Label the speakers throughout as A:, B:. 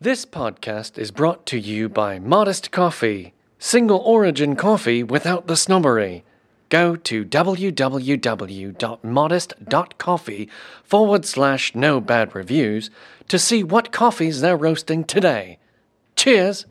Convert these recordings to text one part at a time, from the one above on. A: This podcast is brought to you by Modest Coffee, single origin coffee without the snobbery. Go to www.modest.coffee forward slash no bad reviews to see what coffees they're roasting today. Cheers!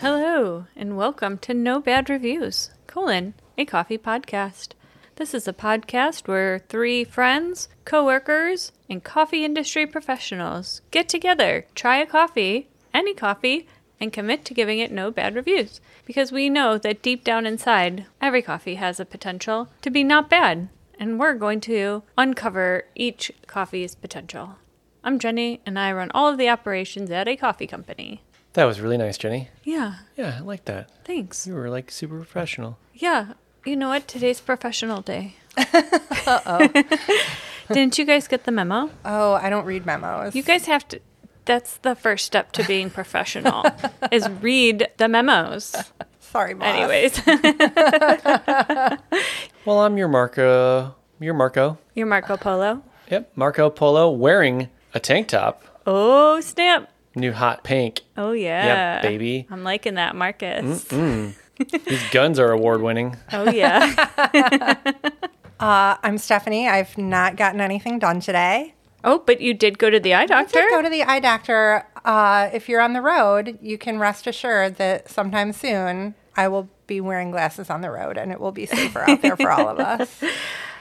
B: Hello, and welcome to No Bad Reviews, colon, a coffee podcast. This is a podcast where three friends, coworkers, and coffee industry professionals get together, try a coffee, any coffee, and commit to giving it no bad reviews. Because we know that deep down inside, every coffee has a potential to be not bad, and we're going to uncover each coffee's potential. I'm Jenny, and I run all of the operations at a coffee company.
A: That was really nice, Jenny.
B: Yeah,
A: Yeah, I like that.
B: thanks.
A: You were like super professional.
B: Yeah. You know what? Today's professional day. uh oh. Didn't you guys get the memo?
C: Oh, I don't read memos.
B: You guys have to. That's the first step to being professional is read the memos.
C: Sorry, boss.
B: Anyways,
A: Well, I'm your Marco. Your Marco.
B: you're Marco Polo.
A: Yep, Marco Polo wearing a tank top.
B: Oh, snap.
A: New hot pink.
B: Oh, yeah.
A: baby.
B: I'm liking that, Marcus.
A: These guns are award winning.
B: Oh, yeah.
C: Uh, I'm Stephanie. I've not gotten anything done today.
B: oh, but you did go to the eye
C: I did go
B: doctor.
C: to the eye doctor. Uh, if you're on the road, you can rest assured that sometime soon I will be wearing glasses on the road, and it will be safer out there for all of us.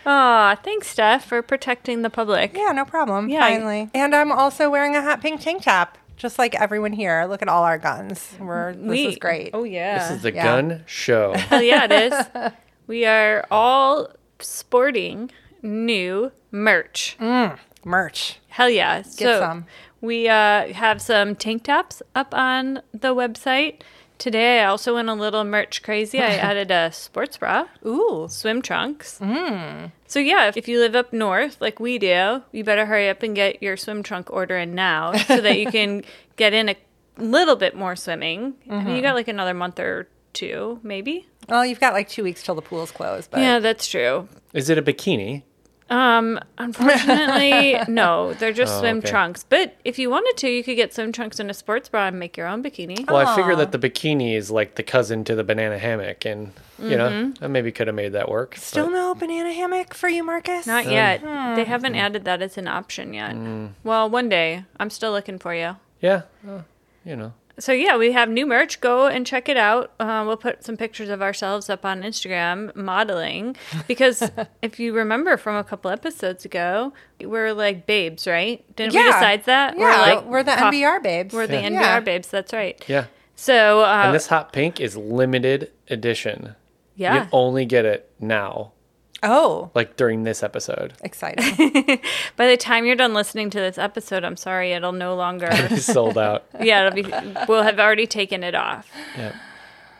B: Aw, thanks, Steph, for protecting the public.
C: Yeah, no problem.
B: Yeah, I-
C: Finally, and I'm also wearing a hot pink tank top, just like everyone here. Look at all our guns. We're this
B: We-
C: is great.
B: Oh, yeah.
A: This is the
C: yeah.
A: gun show.
B: Hell yeah, it is. We are all sporting new merch.
C: Merch.
B: Hell yeah. Get
C: some.
B: We uh, have some tank tops up on the website. Today, I also went a little merch crazy. I added a sports bra,
C: Ooh.
B: swim trunks. Mm. So, yeah, if, if you live up north like we do, you better hurry up and get your swim trunk order in now so that you can get in a little bit more swimming. I mean, you got like another month or two, maybe.
C: Well, you've got like two weeks till the pool's closed, but
B: Yeah, that's true.
A: Is it a bikini?
B: Um, unfortunately, no. They're just
A: Oh,
B: swim
A: okay.
B: trunks. But if you wanted to, you could get swim trunks and a sports bra and make your own bikini.
A: Well, I figure that the bikini is like the cousin to the banana hammock, and you know, I maybe could have made that work.
C: still
A: but-
C: no banana hammock for you, Marcus.
B: Not yet. They
C: Hmm.
B: haven't added that as an option yet.
A: Hmm.
B: Well, one day. I'm still looking for you.
A: yeah, uh, you know,
B: So yeah, we have new merch. Go and check it out. Uh, we'll put some pictures of ourselves up on Instagram modeling because if you remember from a couple episodes ago, we're like babes, right? Didn't we
C: Yeah.
B: decide that?
C: Yeah, we're,
B: like
C: the
B: coff-
C: NBR babes.
B: We're the
A: Yeah.
B: NBR
C: Yeah.
B: babes. That's right.
A: yeah.
B: So uh,
A: And this hot pink is limited edition.
B: yeah,
A: You only get it now,
C: oh,
A: like during this episode.
C: exciting!
B: By the time you're done listening to this episode, I'm sorry, it'll no longer.
A: It's sold out.
B: yeah, it'll be. We'll have already taken it off.
A: Yeah.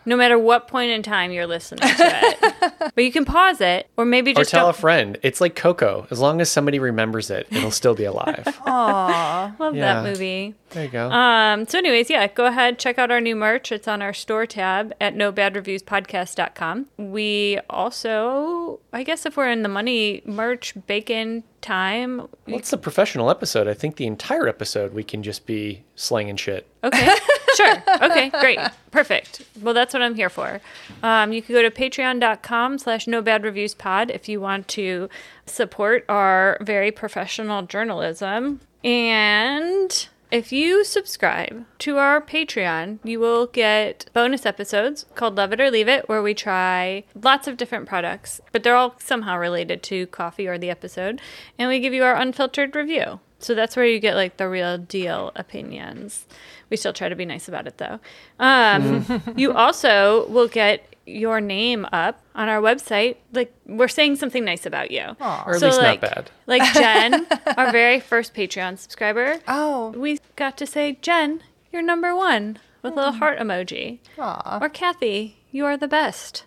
B: No matter what point in time you're listening to it, but you can pause it, or maybe
A: Or
B: just
A: tell a
B: don't-
A: friend. It's like Coco. As long as somebody remembers it, it'll still be alive.
B: love
A: yeah.
B: that movie.
A: There you go.
B: Um, so, anyways, yeah, go ahead, check out our new merch. It's on our store tab at nobadreviewspodcast.com. We also, I guess, if we're in the money, merch bacon time.
A: Well, it's a professional episode. I think the entire episode we can just be slanging shit.
B: Okay. sure. Okay. Great. Perfect. Well, that's what I'm here for. Um, you can go to patreon.com slash no bad reviews pod if you want to support our very professional journalism. And if you subscribe to our Patreon, you will get bonus episodes called Love It or Leave It, where we try lots of different products, but they're all somehow related to coffee or the episode. And we give you our unfiltered review. So that's where you get like the real deal opinions. We still try to be nice about it though. Um,
A: Mm-hmm.
B: you also will get your name up on our website. Like we're saying something nice about you.
A: Or at least not bad.
B: Like Jen, our very first Patreon subscriber.
C: Oh,
B: We got to say, Jen, you're number one with a little
A: Oh.
B: heart emoji. Or Kathy, you are the best.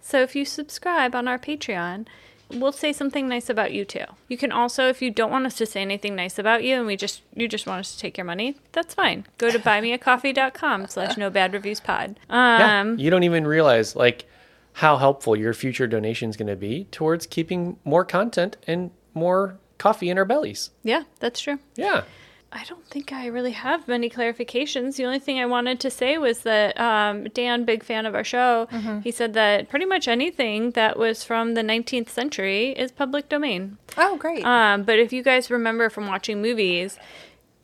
B: So if you subscribe on our Patreon, we'll say something nice about you too. You can also, if you don't want us to say anything nice about you and we just you just want us to take your money, that's fine. Go to buymeacoffee.com slash no bad reviews pod.
A: Yeah,
B: Um
A: you don't even realize like how helpful your future donation's going to be towards keeping more content and more coffee in our bellies.
B: yeah, that's true.
A: Yeah.
B: I don't think I really have many clarifications. The only thing I wanted to say was that um, Dan, big fan of our show, he said that pretty much anything that was from the 19th century is public domain.
C: Oh, great.
B: Um, but if you guys remember from watching movies,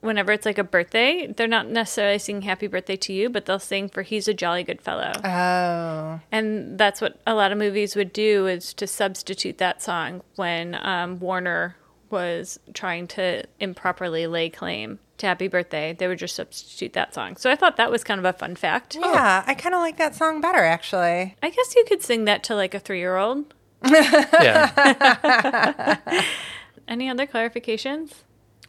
B: whenever it's like a birthday, they're not necessarily singing happy birthday to you, but they'll sing for he's a jolly good fellow.
C: oh,
B: and that's what a lot of movies would do is to substitute that song when um, Warner was trying to improperly lay claim to happy birthday. They would just substitute that song. So I thought that was kind of a fun fact.
C: yeah. I kind of like that song better, actually.
B: I guess you could sing that to like a three year old.
A: Yeah.
B: Any other clarifications?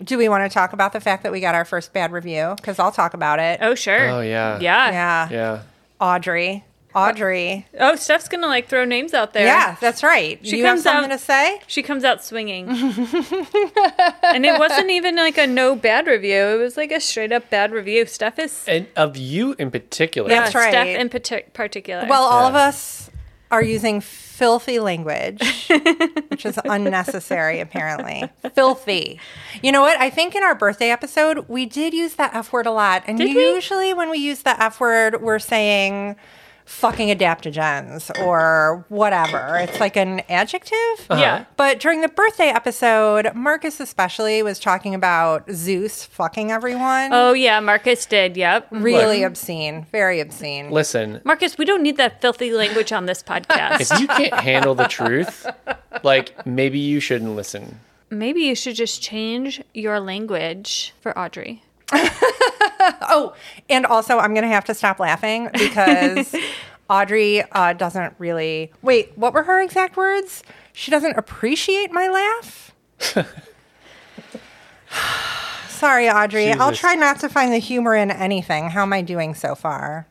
C: Do we want to talk about the fact that we got our first bad review? Because I'll talk about it.
B: Oh, sure.
A: Oh, yeah.
B: Yeah.
C: yeah.
A: yeah.
C: Audrey. Audrey.
B: Oh, Steph's going to like throw names out there.
C: Yeah, that's right.
B: She
C: you have
B: comes out-
C: something to say?
B: She comes out swinging. and it wasn't even like a no bad review. It was like a straight up bad review. Steph is.
A: And of you in particular.
C: That's
B: Yeah, Steph
C: right.
B: in partic- particular.
C: Well, all of
A: Yeah.
C: us are using filthy language, which is unnecessary, apparently. Filthy. You know what? I think in our birthday episode, we did use that F word a lot. And
B: Did we?
C: usually when we use the F word, we're saying fucking adaptogens or whatever. It's like an adjective.
B: Yeah.
C: But during the birthday episode, Marcus especially was talking about Zeus fucking everyone.
B: Oh yeah, Marcus did. Yep.
C: really obscene. Very obscene.
A: Listen,
B: Marcus, we don't need that filthy language on this podcast.
A: if you can't handle the truth, like maybe you shouldn't listen.
B: Maybe you should just change your language for Audrey.
C: Oh, and also I'm gonna have to stop laughing because Audrey uh, doesn't really wait. What were her exact words? She doesn't appreciate my laugh. Sorry, Audrey. I'll
A: Jesus.
C: try not to find the humor in anything. How am I doing so far?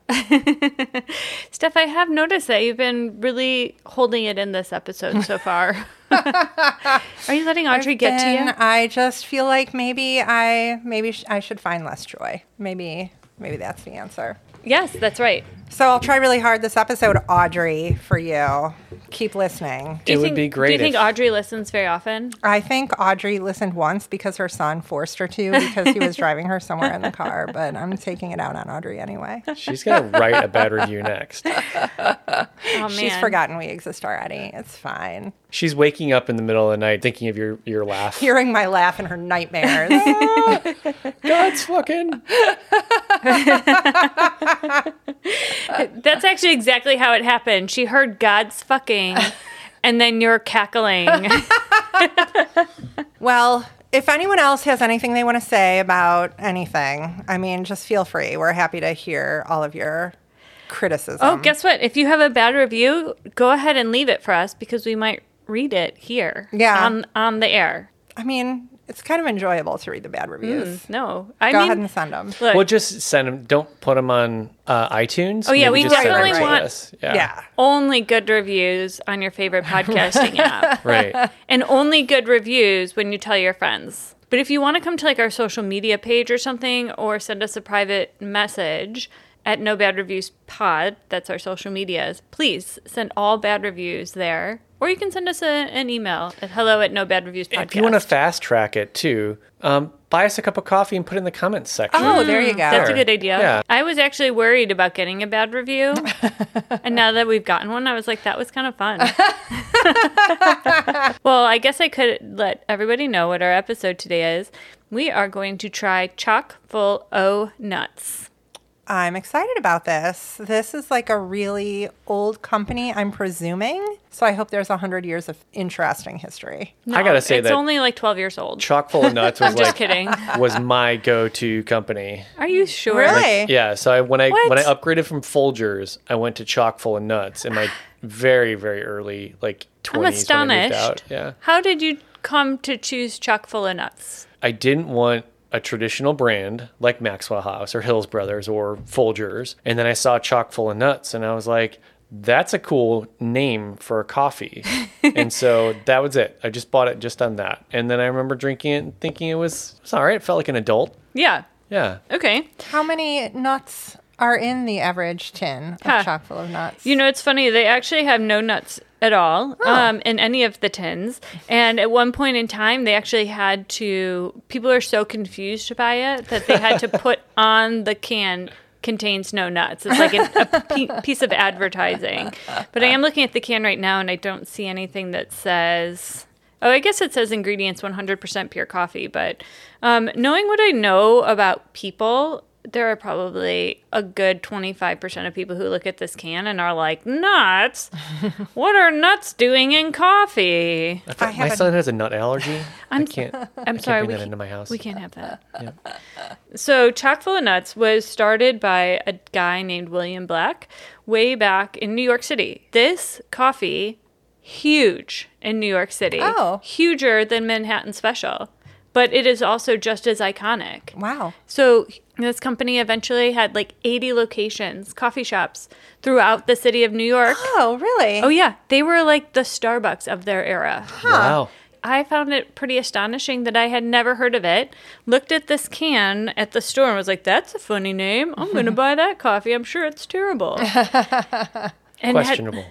B: Steph, I have noticed that you've been really holding it in this episode so far. Are you letting Audrey get to
C: Then
B: you?
C: I just feel like maybe I maybe sh- I should find less joy. Maybe maybe that's the answer.
B: Yes, that's right.
C: So I'll try really hard this episode, Audrey, for you. Keep listening.
B: Do
A: it
B: you
A: would
B: think-
A: be great
B: Do you think
A: if-
B: Audrey listens very often?
C: I think Audrey listened once because her son forced her to because he was driving her somewhere in the car, but I'm taking it out on Audrey anyway.
A: She's going to write a bad review next.
B: Oh man,
C: She's forgotten we exist already. It's fine.
A: She's waking up in the middle of the night thinking of your, your laugh.
C: Hearing my laugh and her nightmares.
A: God's fucking.
B: That's actually exactly how it happened. She heard God's fucking, and then you're cackling.
C: well, if anyone else has anything they want to say about anything, I mean, just feel free. We're happy to hear all of your criticism.
B: Oh, guess what? If you have a bad review, go ahead and leave it for us because we might read it here.
C: Yeah.
B: On on the air.
C: I mean, it's kind of enjoyable to read the bad reviews.
B: No. Hmm. I
C: Go
B: mean
C: ahead and send them.
B: look,
A: Well, just send them. Don't put them on uh, iTunes. Oh
B: yeah, we
C: definitely
B: want-
A: Yeah.
C: yeah.
B: only good reviews on your favorite podcasting app.
A: Right.
B: And only good reviews when you tell your friends. But if you want to come to like our social media page or something or send us a private message at no bad reviews pod, that's our social medias, please send all bad reviews there. Or you can send us a, an email at hello at no bad reviews podcast.
A: If you want to fast track it too, um, buy us a cup of coffee and put it in the comments section.
C: Oh, there you go.
B: Hmm, That's a good idea.
A: Yeah.
B: I was actually worried about getting a bad review. and now that we've gotten one, I was like, that was kind of fun. well, I guess I could let everybody know what our episode today is. We are going to try chock full O nuts.
C: I'm excited about this. This is like a really old company, I'm presuming. So I hope there's 100 years of interesting history.
A: I gotta say
B: it's
A: that-
B: only like 12 years old.
A: Chock full of nuts was
B: Just
A: like
B: kidding.
A: was my go-to company.
B: Are you sure?
C: Really?
A: Yeah, so I, when I when I
B: What?
A: upgraded from Folgers, I went to Chock Full of Nuts in my very very early like 20s
B: I'm
A: when I moved
B: astonished.
A: out. Yeah,
B: How did you come to choose chock full of nuts?
A: I didn't want a traditional brand like Maxwell House or Hills Brothers or Folgers, and then I saw Chock Full of Nuts, and I was like, that's a cool name for a coffee. and so that was it. I just bought it just on that. And then I remember drinking it and thinking it was, it was all right. It felt like an adult.
B: Yeah.
A: Yeah.
B: Okay.
C: How many nuts are in the average tin of
B: Huh.
C: chock full of nuts?
B: You know, it's funny. They actually have no nuts at all um, in any of the tins. And at one point in time, they actually had to. People are so confused by it that they had to put on the can contains no nuts. It's like an, a pe- piece of advertising. But I am looking at the can right now, and I don't see anything that says. Oh, I guess it says ingredients 100% pure coffee, but um, knowing what I know about people, there are probably a good 25% of people who look at this can and are like, nuts? what are nuts doing in coffee?
A: I thought
C: I
A: my
C: have a-
A: son has a nut allergy. I'm, I can't.
B: I'm sorry,
A: bring
B: we
A: that
B: ca-
A: into my house.
B: We can't have that. So, Chock Full of Nuts was started by a guy named William Black way back in New York City. This coffee, huge in New York City.
C: Oh.
B: Huger than Manhattan Special, but it is also just as iconic.
C: wow.
B: So this company eventually had like 80 locations, coffee shops throughout the city of New York.
C: Oh, really?
B: Oh yeah, they were like the Starbucks of their era.
A: Wow.
B: I found it pretty astonishing that I had never heard of it. Looked at this can at the store and was like, "That's a funny name. I'm going to buy that coffee. I'm sure it's terrible." and had,
A: Questionable.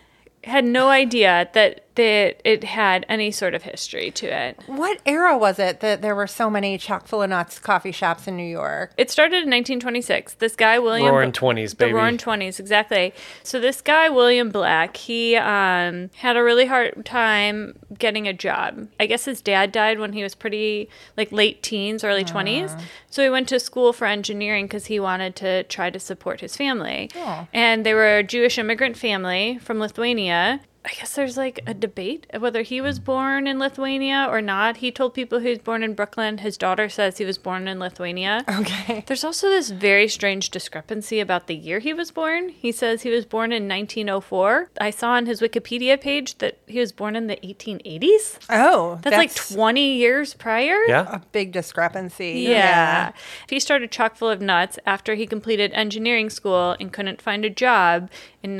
B: had no idea that that it had any sort of history to it.
C: What era was it that there were so many chock full of nuts coffee shops in New York?
B: It started in 1926. This guy William
A: Roaring 20s, baby.
B: The Roaring Twenties, exactly. So this guy William Black, he um, had a really hard time getting a job. I guess his dad died when he was pretty like late teens, early 20s. So he went to school for engineering because he wanted to try to support his family. And they were a Jewish immigrant family from Lithuania. I guess there's like a debate of whether he was born in Lithuania or not. He told people he was born in Brooklyn. His daughter says he was born in Lithuania.
C: Okay.
B: There's also this very strange discrepancy about the year he was born. He says he was born in 1904. I saw on his Wikipedia page that he was born in the 1880s.
C: Oh,
B: That's, like 20 years prior.
A: Yeah.
C: a big discrepancy.
B: Yeah. He started chock full of nuts after he completed engineering school and couldn't find a job in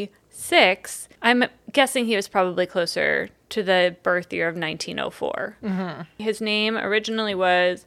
B: 1926. I'm guessing he was probably closer to the birth year of 1904. His name originally was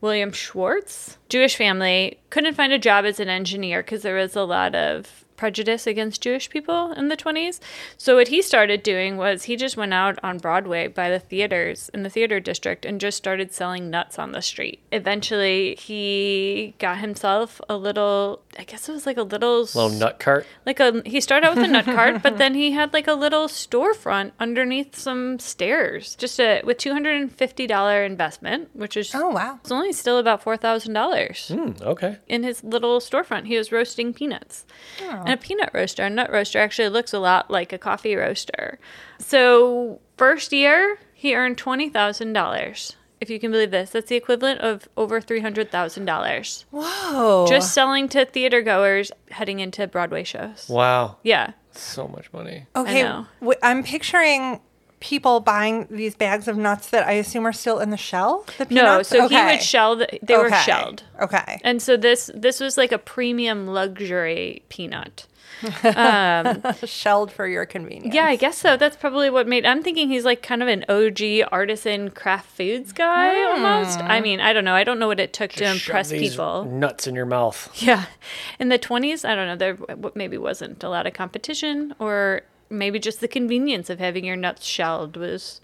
B: William Schwartz. Jewish family couldn't find a job as an engineer because there was a lot of prejudice against Jewish people in the 20s. So what he started doing was he just went out on Broadway by the theaters in the theater district and just started selling nuts on the street. Eventually, he got himself a little I guess it was like a little
A: Little nut cart.
B: like a he started out with a nut cart, but then he had like a little storefront underneath some stairs, just a with two hundred and fifty dollar investment, which is
C: Oh, wow.
B: it's only still about four thousand dollars
A: Hmm, okay.
B: in his little storefront. He was roasting peanuts. And
C: Oh.
B: a peanut roaster, a nut roaster actually looks a lot like a coffee roaster. So, first year, he earned $20,000. If you can believe this, that's the equivalent of over $300,000
C: Whoa.
B: just selling to theater goers heading into Broadway shows.
A: Wow.
B: Yeah.
A: So much money.
C: okay.
B: know.
C: Oh, W- I'm picturing people buying these bags of nuts that I assume are still in the shell. The
B: No,
C: peanuts?
B: so he
C: Okay.
B: would shell the, they were
C: Okay.
B: shelled.
C: Okay.
B: And so this this was like a premium luxury peanut.
C: shelled for your convenience.
B: Yeah, I guess so. That's probably what made. I'm thinking he's like kind of an OG artisan craft foods guy
C: Hmm.
B: almost. I mean, I don't know. I don't know what it took to
A: Shove
B: impress
A: these
B: people.
A: Nuts in your mouth.
B: Yeah, in the 20s, I don't know. There w- maybe wasn't a lot of competition, or maybe just the convenience of having your nuts shelled was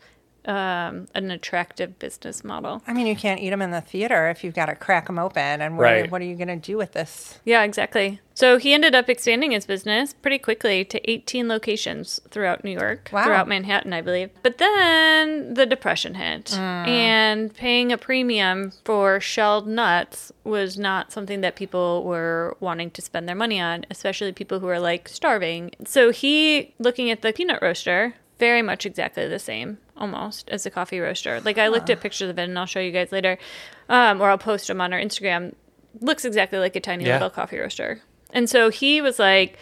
B: um, an attractive business model.
C: I mean, you can't eat them in the theater if you've got to crack them open. And what, are,
A: Right.
C: what are you going to do with this?
B: Yeah, exactly. So he ended up expanding his business pretty quickly to 18 locations throughout New York,
C: Wow.
B: throughout Manhattan, I believe. But then the depression hit, and paying a premium for shelled nuts was not something that people were wanting to spend their money on, especially people who are like starving. So he, looking at the peanut roaster, very much exactly the same almost as a coffee roaster. Like I looked at pictures of it and I'll show you guys later um, or I'll post them on our Instagram. Looks exactly like a tiny
A: Yeah.
B: little coffee roaster. And so he was like,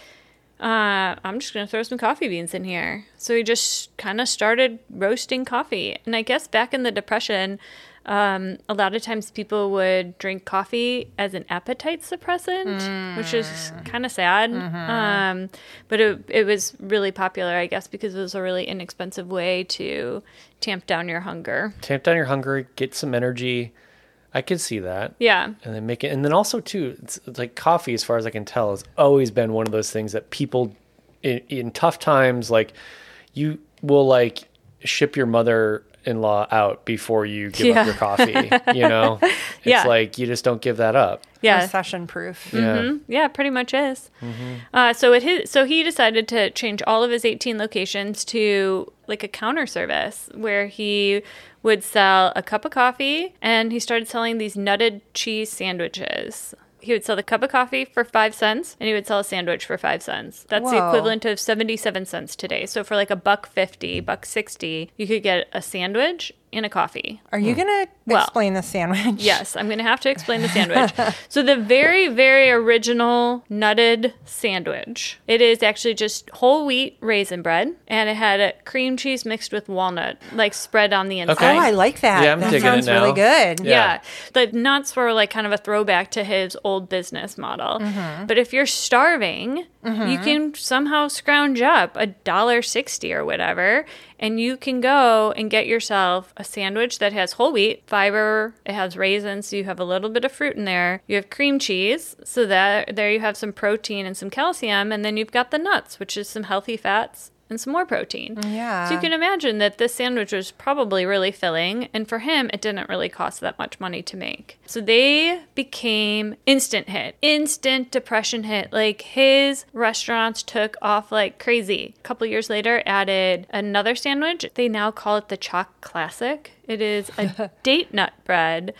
B: uh, I'm just going to throw some coffee beans in here. So he just kind of started roasting coffee. And I guess back in the Depression, um, a lot of times people would drink coffee as an appetite suppressant, which is kind of sad. Um, but it, it was really popular, I guess, because it was a really inexpensive way to tamp down your hunger.
A: Tamp down your hunger, get some energy. I could see that.
B: Yeah.
A: and then make it and then also too it's it's like coffee as far as i can tell has always been one of those things that people in, in tough times like you will like ship your mother-in-law out before you give
B: Yeah.
A: up your coffee you know it's
B: Yeah.
A: like you just don't give that up
B: Yeah.
C: Recession proof.
A: yeah
B: Mhm. Yeah, pretty much is. Uh, so it his, so he decided to change all of his 18 locations to like a counter service where he would sell a cup of coffee and he started selling these nutted cheese sandwiches. He would sell the cup of coffee for five cents and he would sell a sandwich for five cents. That's the
C: Whoa.
B: equivalent of 77 cents today. So for like a buck 50, buck 60, you could get a sandwich and a coffee.
C: Are you going to
B: Well-
C: explain the sandwich?
B: Yes, I'm going to have to explain the sandwich. so the very very original nutted sandwich. It is actually just whole wheat raisin bread and it had a cream cheese mixed with walnut like spread on the inside.
A: Okay.
C: Oh, I like that.
A: Yeah, I'm
C: that
A: digging it
C: sounds
A: now.
C: really good.
B: Yeah. The nuts were like kind of a throwback to his old business model. But if you're starving, you can somehow scrounge up a dollar sixty or whatever, and you can go and get yourself a sandwich that has whole wheat, fiber, it has raisins, so you have a little bit of fruit in there. You have cream cheese, so that there you have some protein and some calcium, and then you've got the nuts, which is some healthy fats and some more protein.
C: Yeah.
B: So you can imagine that this sandwich was probably really filling, and for him, it didn't really cost that much money to make. So they became instant hit, instant depression hit. Like his restaurants took off like crazy. A couple years later, added another sandwich. They now call it the Chalk Classic. It is a date nut bread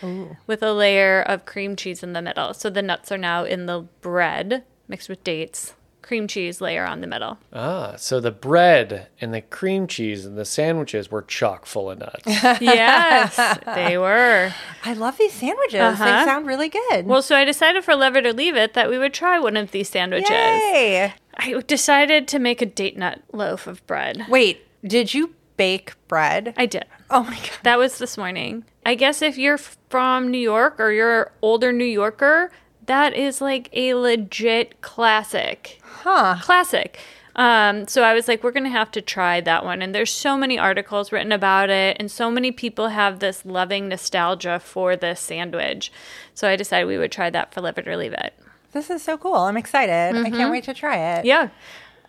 B: with a layer of cream cheese in the middle. So the nuts are now in the bread mixed with dates, cream cheese layer on the middle.
A: ah so the bread and the cream cheese and the sandwiches were chock full of nuts
B: yes, they were.
C: I love these sandwiches.
B: Uh-huh.
C: They sound really good.
B: Well, so I decided for Love It or Leave It that we would try one of these sandwiches.
C: Yay.
B: I decided to make a date nut loaf of bread.
C: Wait, did you bake bread?
B: I did.
C: oh my god.
B: That was this morning. I guess if you're from New York or you're an older New Yorker, that is like a legit classic.
C: Huh.
B: classic. Um, so I was like, we're gonna have to try that one. And there's so many articles written about it, and so many people have this loving nostalgia for this sandwich. So I decided we would try that for Live It or Leave It.
C: This is so cool. I'm excited. I can't wait to try it.
B: Mm-hmm. Yeah,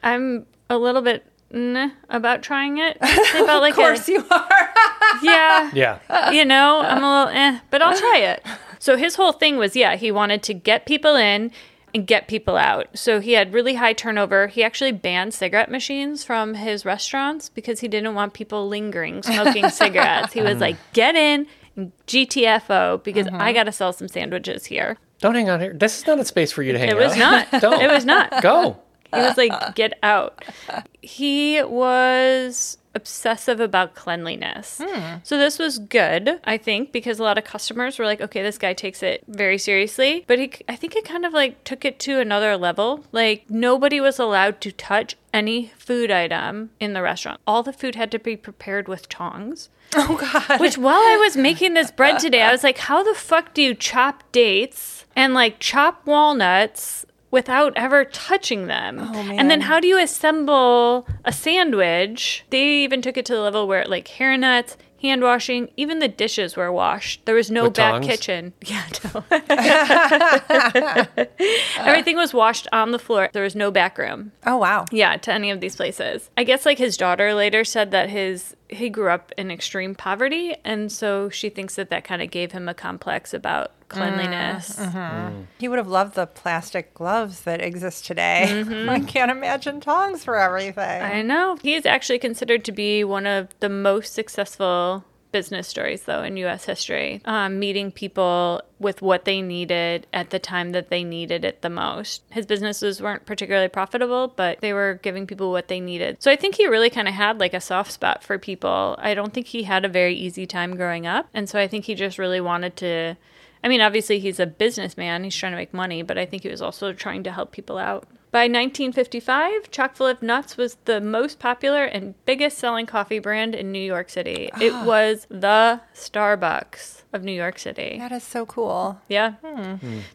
B: I'm a little bit meh about trying it. It's about like
C: Of course you are.
B: yeah,
A: yeah
B: you know, I'm a little eh, but I'll try it. So his whole thing was, yeah, he wanted to get people in and get people out. So he had really high turnover. He actually banned cigarette machines from his restaurants because he didn't want people lingering smoking cigarettes. He was like, get in and GTFO because I got to sell some sandwiches here.
A: don't hang out here this is not a space for you to hang
B: It
A: out
B: was not.
A: don't
B: It was not.
A: go
B: He was like, get out. He was obsessive about cleanliness. So this was good, I think, because a lot of customers were like, okay, this guy takes it very seriously. But he, I think it kind of like took it to another level. Like nobody was allowed to touch any food item in the restaurant. All the food had to be prepared with tongs.
C: Oh god.
B: Which while I was making this bread today, I was like, how the fuck do you chop dates and like chop walnuts without ever touching them? And
C: man.
B: then how do you assemble a sandwich? They even took it to the level where like hair nuts, hand washing, even the dishes were washed. There was no
A: With
B: back
A: tongs?
B: kitchen. Yeah, no. Everything was washed on the floor. There was no back room.
C: Oh wow.
B: Yeah, to any of these places. I guess like his daughter later said that his he grew up in extreme poverty and so she thinks that that kind of gave him a complex about cleanliness.
C: He would have loved the plastic gloves that exist today. I can't imagine tongs for everything.
B: Mm-hmm. I know. He is actually considered to be one of the most successful business stories though in US history. Um, meeting people with what they needed at the time that they needed it the most. His businesses weren't particularly profitable, but they were giving people what they needed. So I think he really kind of had like a soft spot for people. I don't think he had a very easy time growing up, and so I think he just really wanted to I mean, obviously he's a businessman, he's trying to make money, but I think he was also trying to help people out. By 1955, Chock Full of Nuts was the most popular and biggest selling coffee brand in New York City. It was the Starbucks of New York City.
C: That is so cool.
B: Yeah.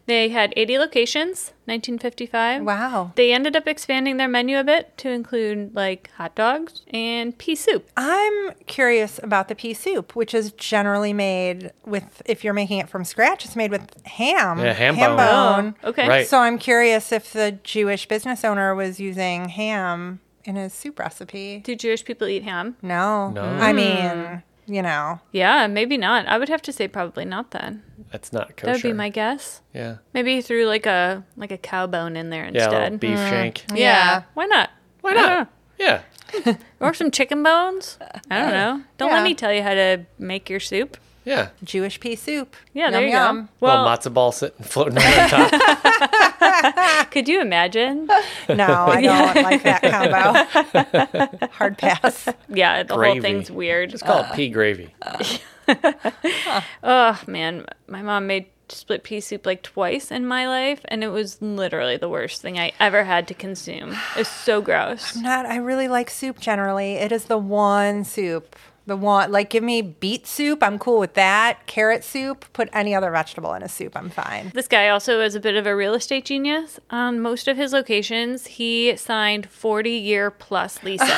B: They had 80 locations, 1955.
C: Wow.
B: They ended up expanding their menu a bit to include like hot dogs and pea soup.
C: I'm curious about the pea soup, which is generally made with, if you're making it from scratch, it's made with ham.
A: Yeah, ham
C: Um,
A: bone.
B: Oh, okay.
A: Right.
C: So I'm curious if the Jewish business owner was using ham in his soup recipe.
B: Do Jewish people eat ham?
C: No.
A: No.
C: I mean, you know,
B: Yeah, maybe not. I would have to say probably not then.
A: That's not kosher.
B: That would be my guess.
A: yeah.
B: Maybe he threw like a like a cow bone in there
A: Yeah, a little
B: instead. Hmm.
A: beef shank.
B: yeah.
C: Yeah.
B: Why not? Why
A: not? Yeah.
B: Or some chicken bones? I don't know. Don't
C: Yeah.
B: let me tell you how to make your soup.
A: Yeah.
C: Jewish pea soup.
B: Yeah, there you go.
A: Well,
B: Well,
A: matzo ball sitting floating on top.
B: could you imagine?
C: go. No, I don't like that combo. Hard pass.
B: Yeah, the
A: Gravy.
B: whole thing's weird.
A: It's called pea gravy.
B: Oh man, my mom made split pea soup like twice in my life, and it was literally the worst thing I ever had to consume. It was so gross.
C: Not, I really like soup generally. It is the one soup. The one, like, give me beet soup. I'm cool with that. Carrot soup. Put any other vegetable in a soup. I'm fine.
B: This guy also is a bit of a real estate genius. On most of his locations, he signed 40 year plus leases.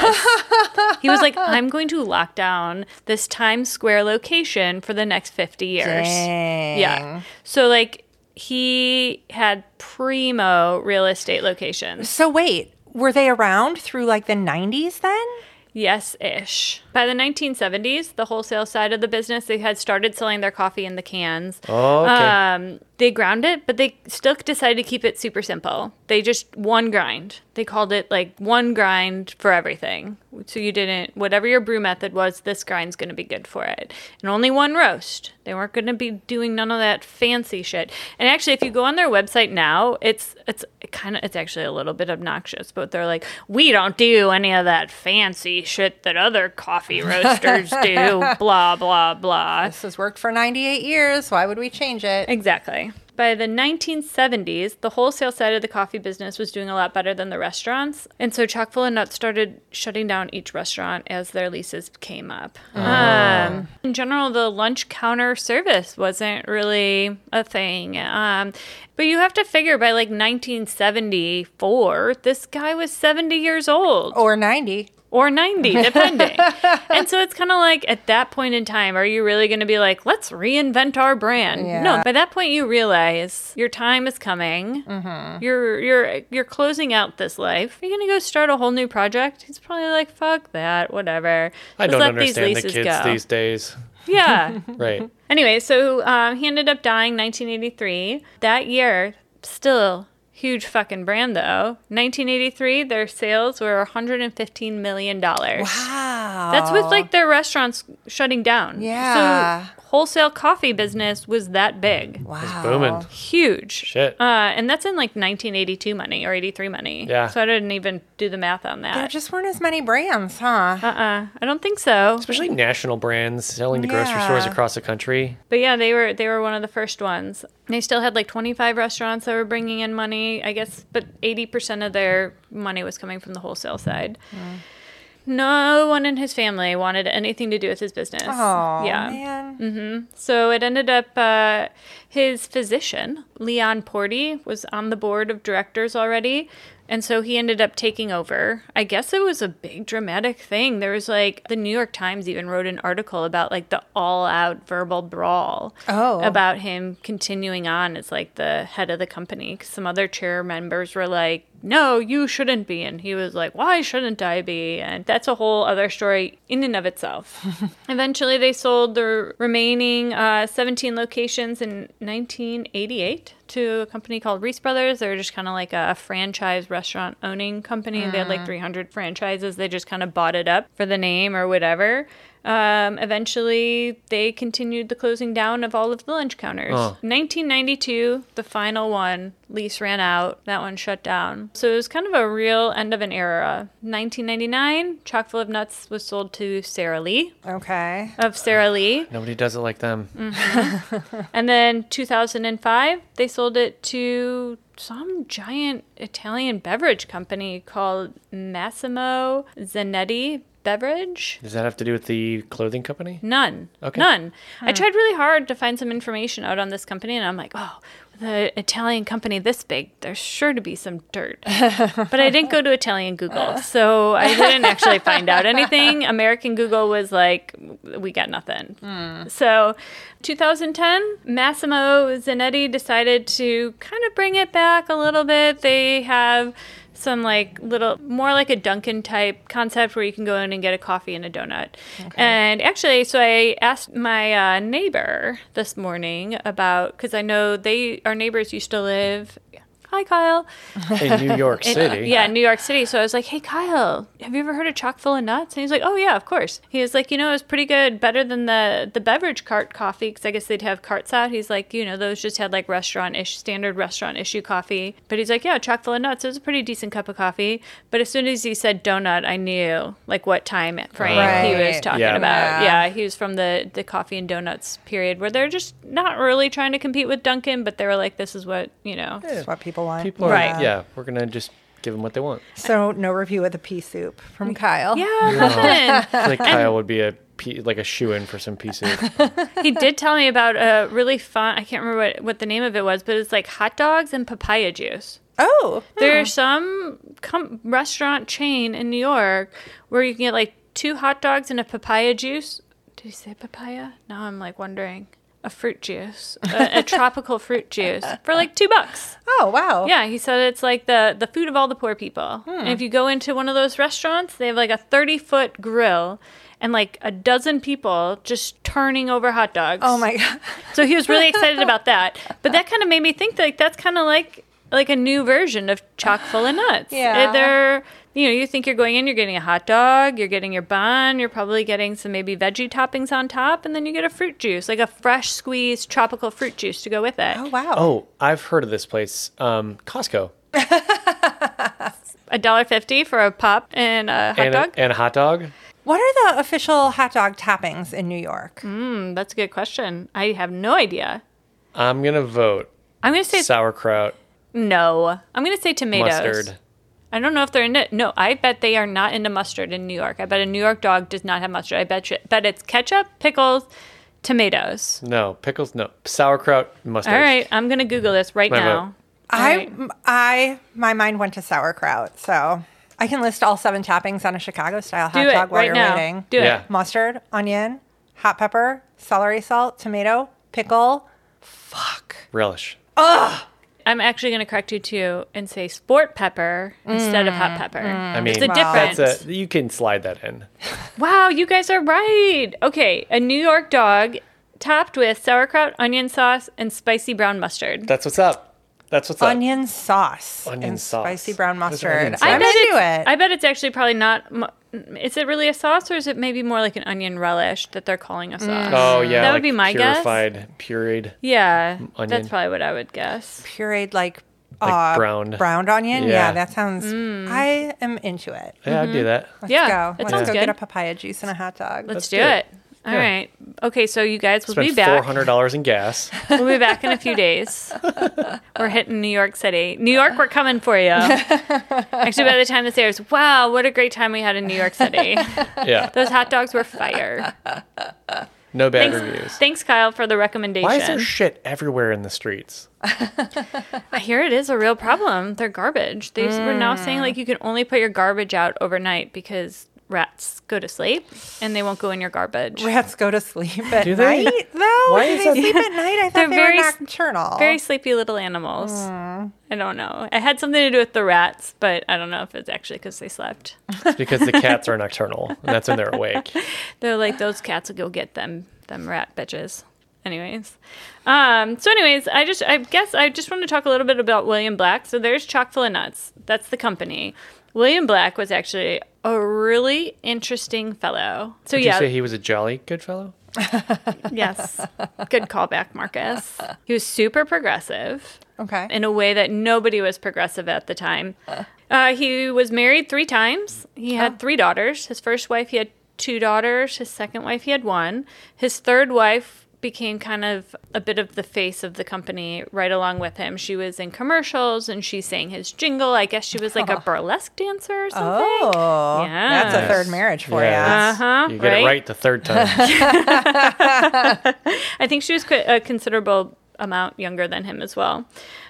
B: he was like, I'm going to lock down this Times Square location for the next 50 years. Yeah.
C: Dang.
B: So, like, he had primo real estate locations.
C: So wait, were they around through like the 90s then?
B: Yes ish. By the 1970s, the wholesale side of the business, they had started selling their coffee in the cans.
A: Oh, okay.
B: Um, they ground it, but they still decided to keep it super simple. They just one grind. They called it like one grind for everything. So you didn't, whatever your brew method was, this grind's going to be good for it. And only one roast. They weren't going to be doing none of that fancy shit. And actually, if you go on their website now, it's it's kind of it's actually a little bit obnoxious, but they're like, we don't do any of that fancy shit that other coffee roasters do. Blah blah blah.
C: This has worked for 98 years. Why would we change it?
B: Exactly. By the 1970s, the wholesale side of the coffee business was doing a lot better than the restaurants. And so Chock Full of Nuts started shutting down each restaurant as their leases came up. Um, in general, the lunch counter service wasn't really a thing. Um, but you have to figure by like 1974, this guy was 70 years old
C: Or 90.
B: or 90, depending. and so it's kind of like at that point in time, are you really going to be like, let's reinvent our brand? No,
C: Yeah.
B: by that point you realize your time is coming. You're you're you're closing out this life. You're going to go start a whole new project. He's probably like, fuck that, whatever.
A: I
B: Just
A: don't
B: let
A: understand the
B: these leases
A: kids
B: go.
A: these days.
B: Yeah.
A: Right.
B: Anyway, so um, he ended up dying 1983. That year, still huge fucking brand though. 1983, their sales were 115 million dollars.
C: Wow.
B: That's with like their restaurants shutting down.
C: Yeah.
B: So wholesale coffee business was that big.
C: wow.
A: Booming.
B: Huge.
A: Shit.
B: Uh, and that's in like 1982 money or 83 money.
A: Yeah.
B: So I didn't even do the math on
C: There
B: that.
C: just weren't as many brands, huh?
B: uh-uh. I don't think so.
A: Especially national brands selling to grocery stores
C: Yeah.
A: across the country.
B: But yeah, they were they were one of the first ones. They still had like 25 restaurants that were bringing in money, I guess, but 80% of their money was coming from the wholesale side. No one in his family wanted anything to do with his business.
C: Oh,
B: yeah.
C: man.
B: So it ended up uh, his physician, Leon Porty, was on the board of directors already. And so he ended up taking over. I guess it was a big dramatic thing. There was like the New York Times even wrote an article about like the all out verbal brawl.
C: Oh.
B: About him continuing on as like the head of the company. 'Cause some other chair members were like, no, you shouldn't be. And he was like, why shouldn't I be? And that's a whole other story in and of itself. Eventually, they sold the remaining uh, 17 locations in 1988 to a company called Reese Brothers. They're just kind of like a franchise restaurant owning company. They had like 300 franchises. They just kind of bought it up for the name or whatever. Um, eventually, they continued the closing down of all of the lunch counters.
A: Huh.
B: 1992, the final one, lease ran out. That one shut down. So it was kind of a real end of an era. 1999, Chock Full of Nuts was sold to Sara Lee
C: Okay.
B: of Sara Lee.
A: Nobody does
B: Mm.
A: it like them.
B: And then 2005, they sold it to some giant Italian beverage company called Massimo Zanetti Beverage.
A: Does that have to do with the clothing company?
B: None.
A: Okay.
B: None. I tried really hard to find some information out on this company, and I'm like, oh, the Italian company this big, there's sure to be some dirt. but I didn't go to Italian Google, so I didn't actually find out anything. American Google was like, we got nothing. So, 2010, Massimo Zanetti decided to kind of bring it back a little bit. They have some like little more like a Dunkin' type concept where you can go in and get a coffee and a donut. And actually, so I asked my uh, neighbor this morning about because I know they our neighbors used to live. Hi, Kyle.
A: In New York
B: In-
A: City.
B: uh, yeah, New York City. So I was like, hey, Kyle, have you ever heard of Chock Full of Nuts? And he's like, oh, yeah, of course. He was like, you know, it's pretty good, better than the, the beverage cart coffee, because I guess they'd have carts out. He's like, you know, those just had like restaurant ish, standard restaurant issue coffee. But he's like, yeah, Chock Full of Nuts. It was a pretty decent cup of coffee. But as soon as he said donut, I knew like what time frame he was
C: Right.
B: talking
A: Yeah.
B: about.
C: Yeah.
B: Yeah, he was from the, the coffee and donuts period where they're just not really trying to compete with Dunkin', but they were like, this is what, you know.
C: That's what people want.
A: People are,
B: Right.
A: yeah, we're going to just give them what they want.
C: So no review of the pea soup from Kyle.
B: Yeah,
A: I
B: nothing.
A: feel like Kyle would be a pe- like a shoe in for some piece of
B: he did tell me about a really fun i can't remember what, what the name of it was but it's like hot dogs and papaya juice
C: Oh,
B: there's some com- restaurant chain in new york where you can get like two hot dogs and a papaya juice did he say papaya now i'm like wondering a fruit juice a, a tropical fruit juice for like two bucks
C: oh wow.
B: yeah, he said it's like the the food of all the poor people.
C: Hmm.
B: And if you go into one of those restaurants, they have like a 30 foot grill and like a dozen people just turning over hot dogs.
C: Oh my god.
B: So he was really excited about that. But that kind of made me think that, like that's kind of like like a new version of chock full of nuts.
C: Yeah.
B: Uh, They're you know, you think you're going in, you're getting a hot dog, you're getting your bun, you're probably getting some maybe veggie toppings on top, and then you get a fruit juice, like a fresh squeezed tropical fruit juice to go with it.
C: Oh wow.
A: Oh, I've heard of this place, um, Costco.
B: A dollar fifty for a pop and a hot
A: and,
B: dog?
A: A, and a hot dog.
C: What are the official hot dog toppings in New York?
B: Hmm, that's a good question. I have no idea.
A: I'm gonna vote
B: I'm gonna say
A: sauerkraut,
B: no. I'm gonna say tomatoes.
A: mustard.
B: I don't know if they're in it. No, I bet they are not into mustard in New York. I bet a New York dog does not have mustard. I bet you, bet it's ketchup, pickles, tomatoes.
A: No pickles. No sauerkraut, mustard.
B: All right, I'm gonna Google this right
A: My
B: now.
A: vote.
C: I,
B: All right.
C: I, my mind went to sauerkraut, so I can list all seven toppings on a Chicago style hot
B: do it
C: dog while
B: right
C: you're
B: now.
C: waiting.
B: Do
A: Yeah.
B: it.
C: Mustard, onion, hot pepper, celery salt, tomato, pickle.
A: Relish.
B: I'm actually gonna correct you too and say sport pepper instead of
C: Mm.
B: hot pepper.
A: I mean,
B: it's a difference.
A: That's a you can slide that in.
B: Wow, you guys are right. Okay, a New York dog topped with sauerkraut, onion sauce, and spicy brown mustard.
A: That's what's up. That's what's up.
C: Onion sauce.
A: Onion
C: and
A: sauce.
C: Spicy brown
A: There's onion
C: mustard.
A: sauce.
C: I'm
B: bet
C: into
B: it's-
C: it.
B: I bet it's actually probably not. mu- Is it really a sauce, or is it maybe more like an onion relish that they're calling a sauce?
A: Oh yeah,
B: That would
A: like
B: be my guess.
A: purified, pureed.
B: Yeah,
A: onion.
B: that's probably what I would guess.
C: Pureed like,
A: Like
C: uh,
A: browned.
C: browned onion. Yeah,
A: Yeah.
C: that sounds. I am into it.
A: Yeah, I'd
B: Mm-hmm.
A: do that.
C: Let's
B: Mm. Yeah,
C: go.
B: that
C: Let's
B: sounds
C: go
B: good.
C: get a papaya juice and a hot dog.
B: Let's,
A: Let's
B: do
A: do
B: it.
A: it.
B: All
A: Yeah.
B: right. Okay, so you guys will be
A: Spend four
B: back.
A: hundred dollars in gas.
B: We'll be back in a few days. We're hitting New York City. New York, we're coming for you. Actually, by the time this airs, wow, what a great time we had in New York City.
A: Yeah,
B: Those hot dogs were fire.
A: no bad
B: Thanks,
A: reviews.
B: thanks, Kyle, for the recommendation.
A: Why is there shit everywhere in the streets?
B: I hear it is a real problem. They're garbage. They were now saying like you can only put your garbage out overnight because rats go to sleep and they won't go in your garbage.
C: Rats go to sleep at
A: Do they?
C: night, though.
A: Why
C: Do
A: is
C: they
A: that-
C: sleep at night? I thought
B: They're
C: they
B: very
C: were
B: s-
C: nocturnal.
B: Very sleepy little animals. I don't know. It had something to do with the rats, but I don't know if it's actually because they slept.
A: It's because the cats are nocturnal, and that's when they're awake.
B: They're like those cats will go get them them rat bitches. Anyways, um, so anyways, I just I guess I just want to talk a little bit about William Black. So there's Chock Full of Nuts. That's the company. William Black was actually a really interesting fellow. So
A: Did
B: yeah,
A: you say he was a jolly good fellow?
B: yes, good callback, Marcus. He was super progressive
C: Okay.
B: in a way that nobody was progressive at the time. Uh, he was married three times. He had three daughters. His first wife, he had two daughters. His second wife, he had one. His third wife became kind of a bit of the face of the company right along with him. She was in commercials and she sang his jingle. I guess she was like a burlesque dancer or something.
C: Oh, that's a
B: Yes.
C: third marriage for
A: Yeah.
C: you.
B: Uh-huh,
A: You get
B: right?
A: it right the third time.
B: I think she was qui- a considerable amount younger than him as well.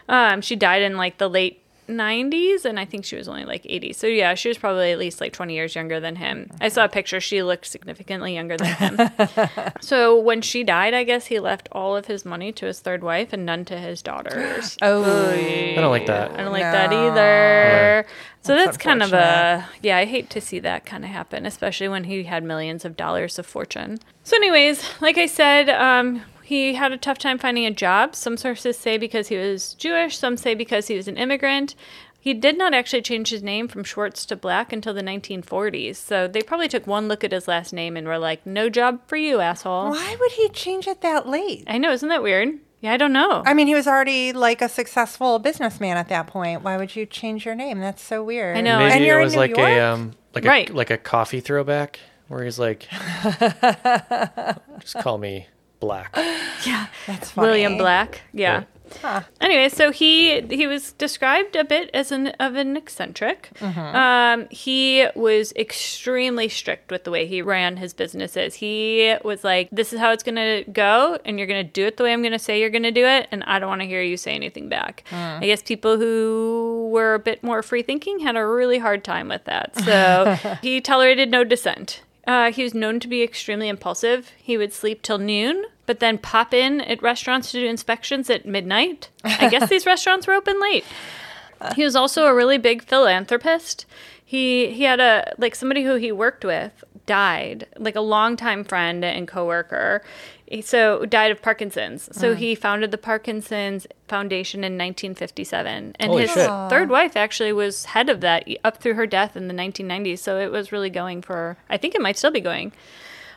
B: Um, she died in like the late 90s, and I think she was only like 80. So yeah, she was probably at least like 20 years younger than him. I saw a picture; she looked significantly younger than him. so when she died, I guess he left all of his money to his third wife and none to his daughters.
C: Oh,
A: I don't like
B: I
A: that.
B: don't like that
C: No.
B: either. So that's,
C: That's
B: kind of a yeah. I hate to see that kind of happen, especially when he had millions of dollars of fortune. So, anyways, like I said, um, he had a tough time finding a job. Some sources say because he was Jewish. Some say because he was an immigrant. He did not actually change his name from Schwartz to Black until the 1940s. So they probably took one look at his last name and were like, "No job for you, asshole."
C: why would he change it that late?
B: I know, isn't that weird? Yeah, I don't know.
C: I mean, he was already like a successful businessman at that point. Why would you change your name? That's so weird.
B: I know.
C: And
A: Maybe
C: you're
A: it
C: in
A: was
C: New
A: like
C: York?
A: a um like
B: Right.
A: a like a coffee throwback where he's like just call me black.
C: That's funny.
B: William Black. Yeah. Anyway, so he he was described a bit as an of an eccentric.
C: Mm-hmm.
B: Um, he was extremely strict with the way he ran his businesses. He was like, "This is how it's gonna go, and you're gonna do it the way I'm gonna say you're gonna do it, and I don't want to hear you say anything back."
C: Mm.
B: I guess people who were a bit more free thinking had a really hard time with that. So he tolerated no dissent. Uh, he was known to be extremely impulsive. He would sleep till noon, but then pop in at restaurants to do inspections at midnight. I guess these restaurants were open late. He was also a really big philanthropist. He he had a like somebody who he worked with died, like a longtime friend and coworker. He- So died of Parkinson's. So
A: Mm.
B: he founded the Parkinson's Foundation in 1957, and
A: Holy
B: his
A: shit.
B: third wife actually was head of that up through her death in the 1990s. So it was really going for. I think it might still be going.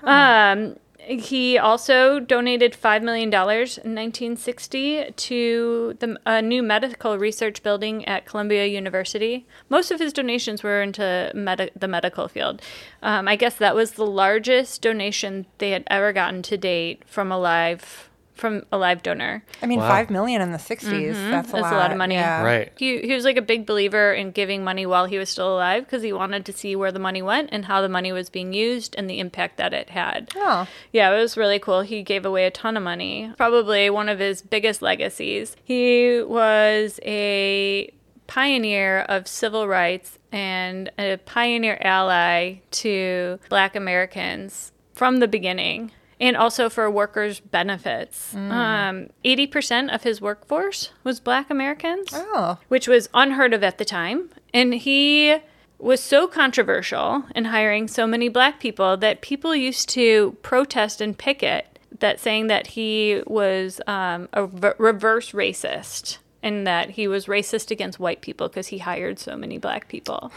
B: Um, he also donated $5 million in 1960 to the, a new medical research building at Columbia University. Most of his donations were into medi- the medical field. Um, I guess that was the largest donation they had ever gotten to date from a live, from a live donor.
C: I mean,
A: Wow.
C: five million in the 60s That's, a,
B: Mm-hmm. That's
C: lot.
B: a lot of money.
C: Yeah.
A: Right.
B: He, he was like a big believer in giving money while he was still alive because he wanted to see where the money went and how the money was being used and the impact that it had.
C: Oh.
B: Yeah, it was really cool. He gave away a ton of money. Probably one of his biggest legacies. He was a pioneer of civil rights and a pioneer ally to black Americans from the beginning. And also for workers' benefits. Um, 80% of his workforce was black Americans
C: Oh.
B: which was unheard of at the time. And he was so controversial in hiring so many black people that people used to protest and picket that saying that he was um, a re- reverse racist and that he was racist against white people because he hired so many black people.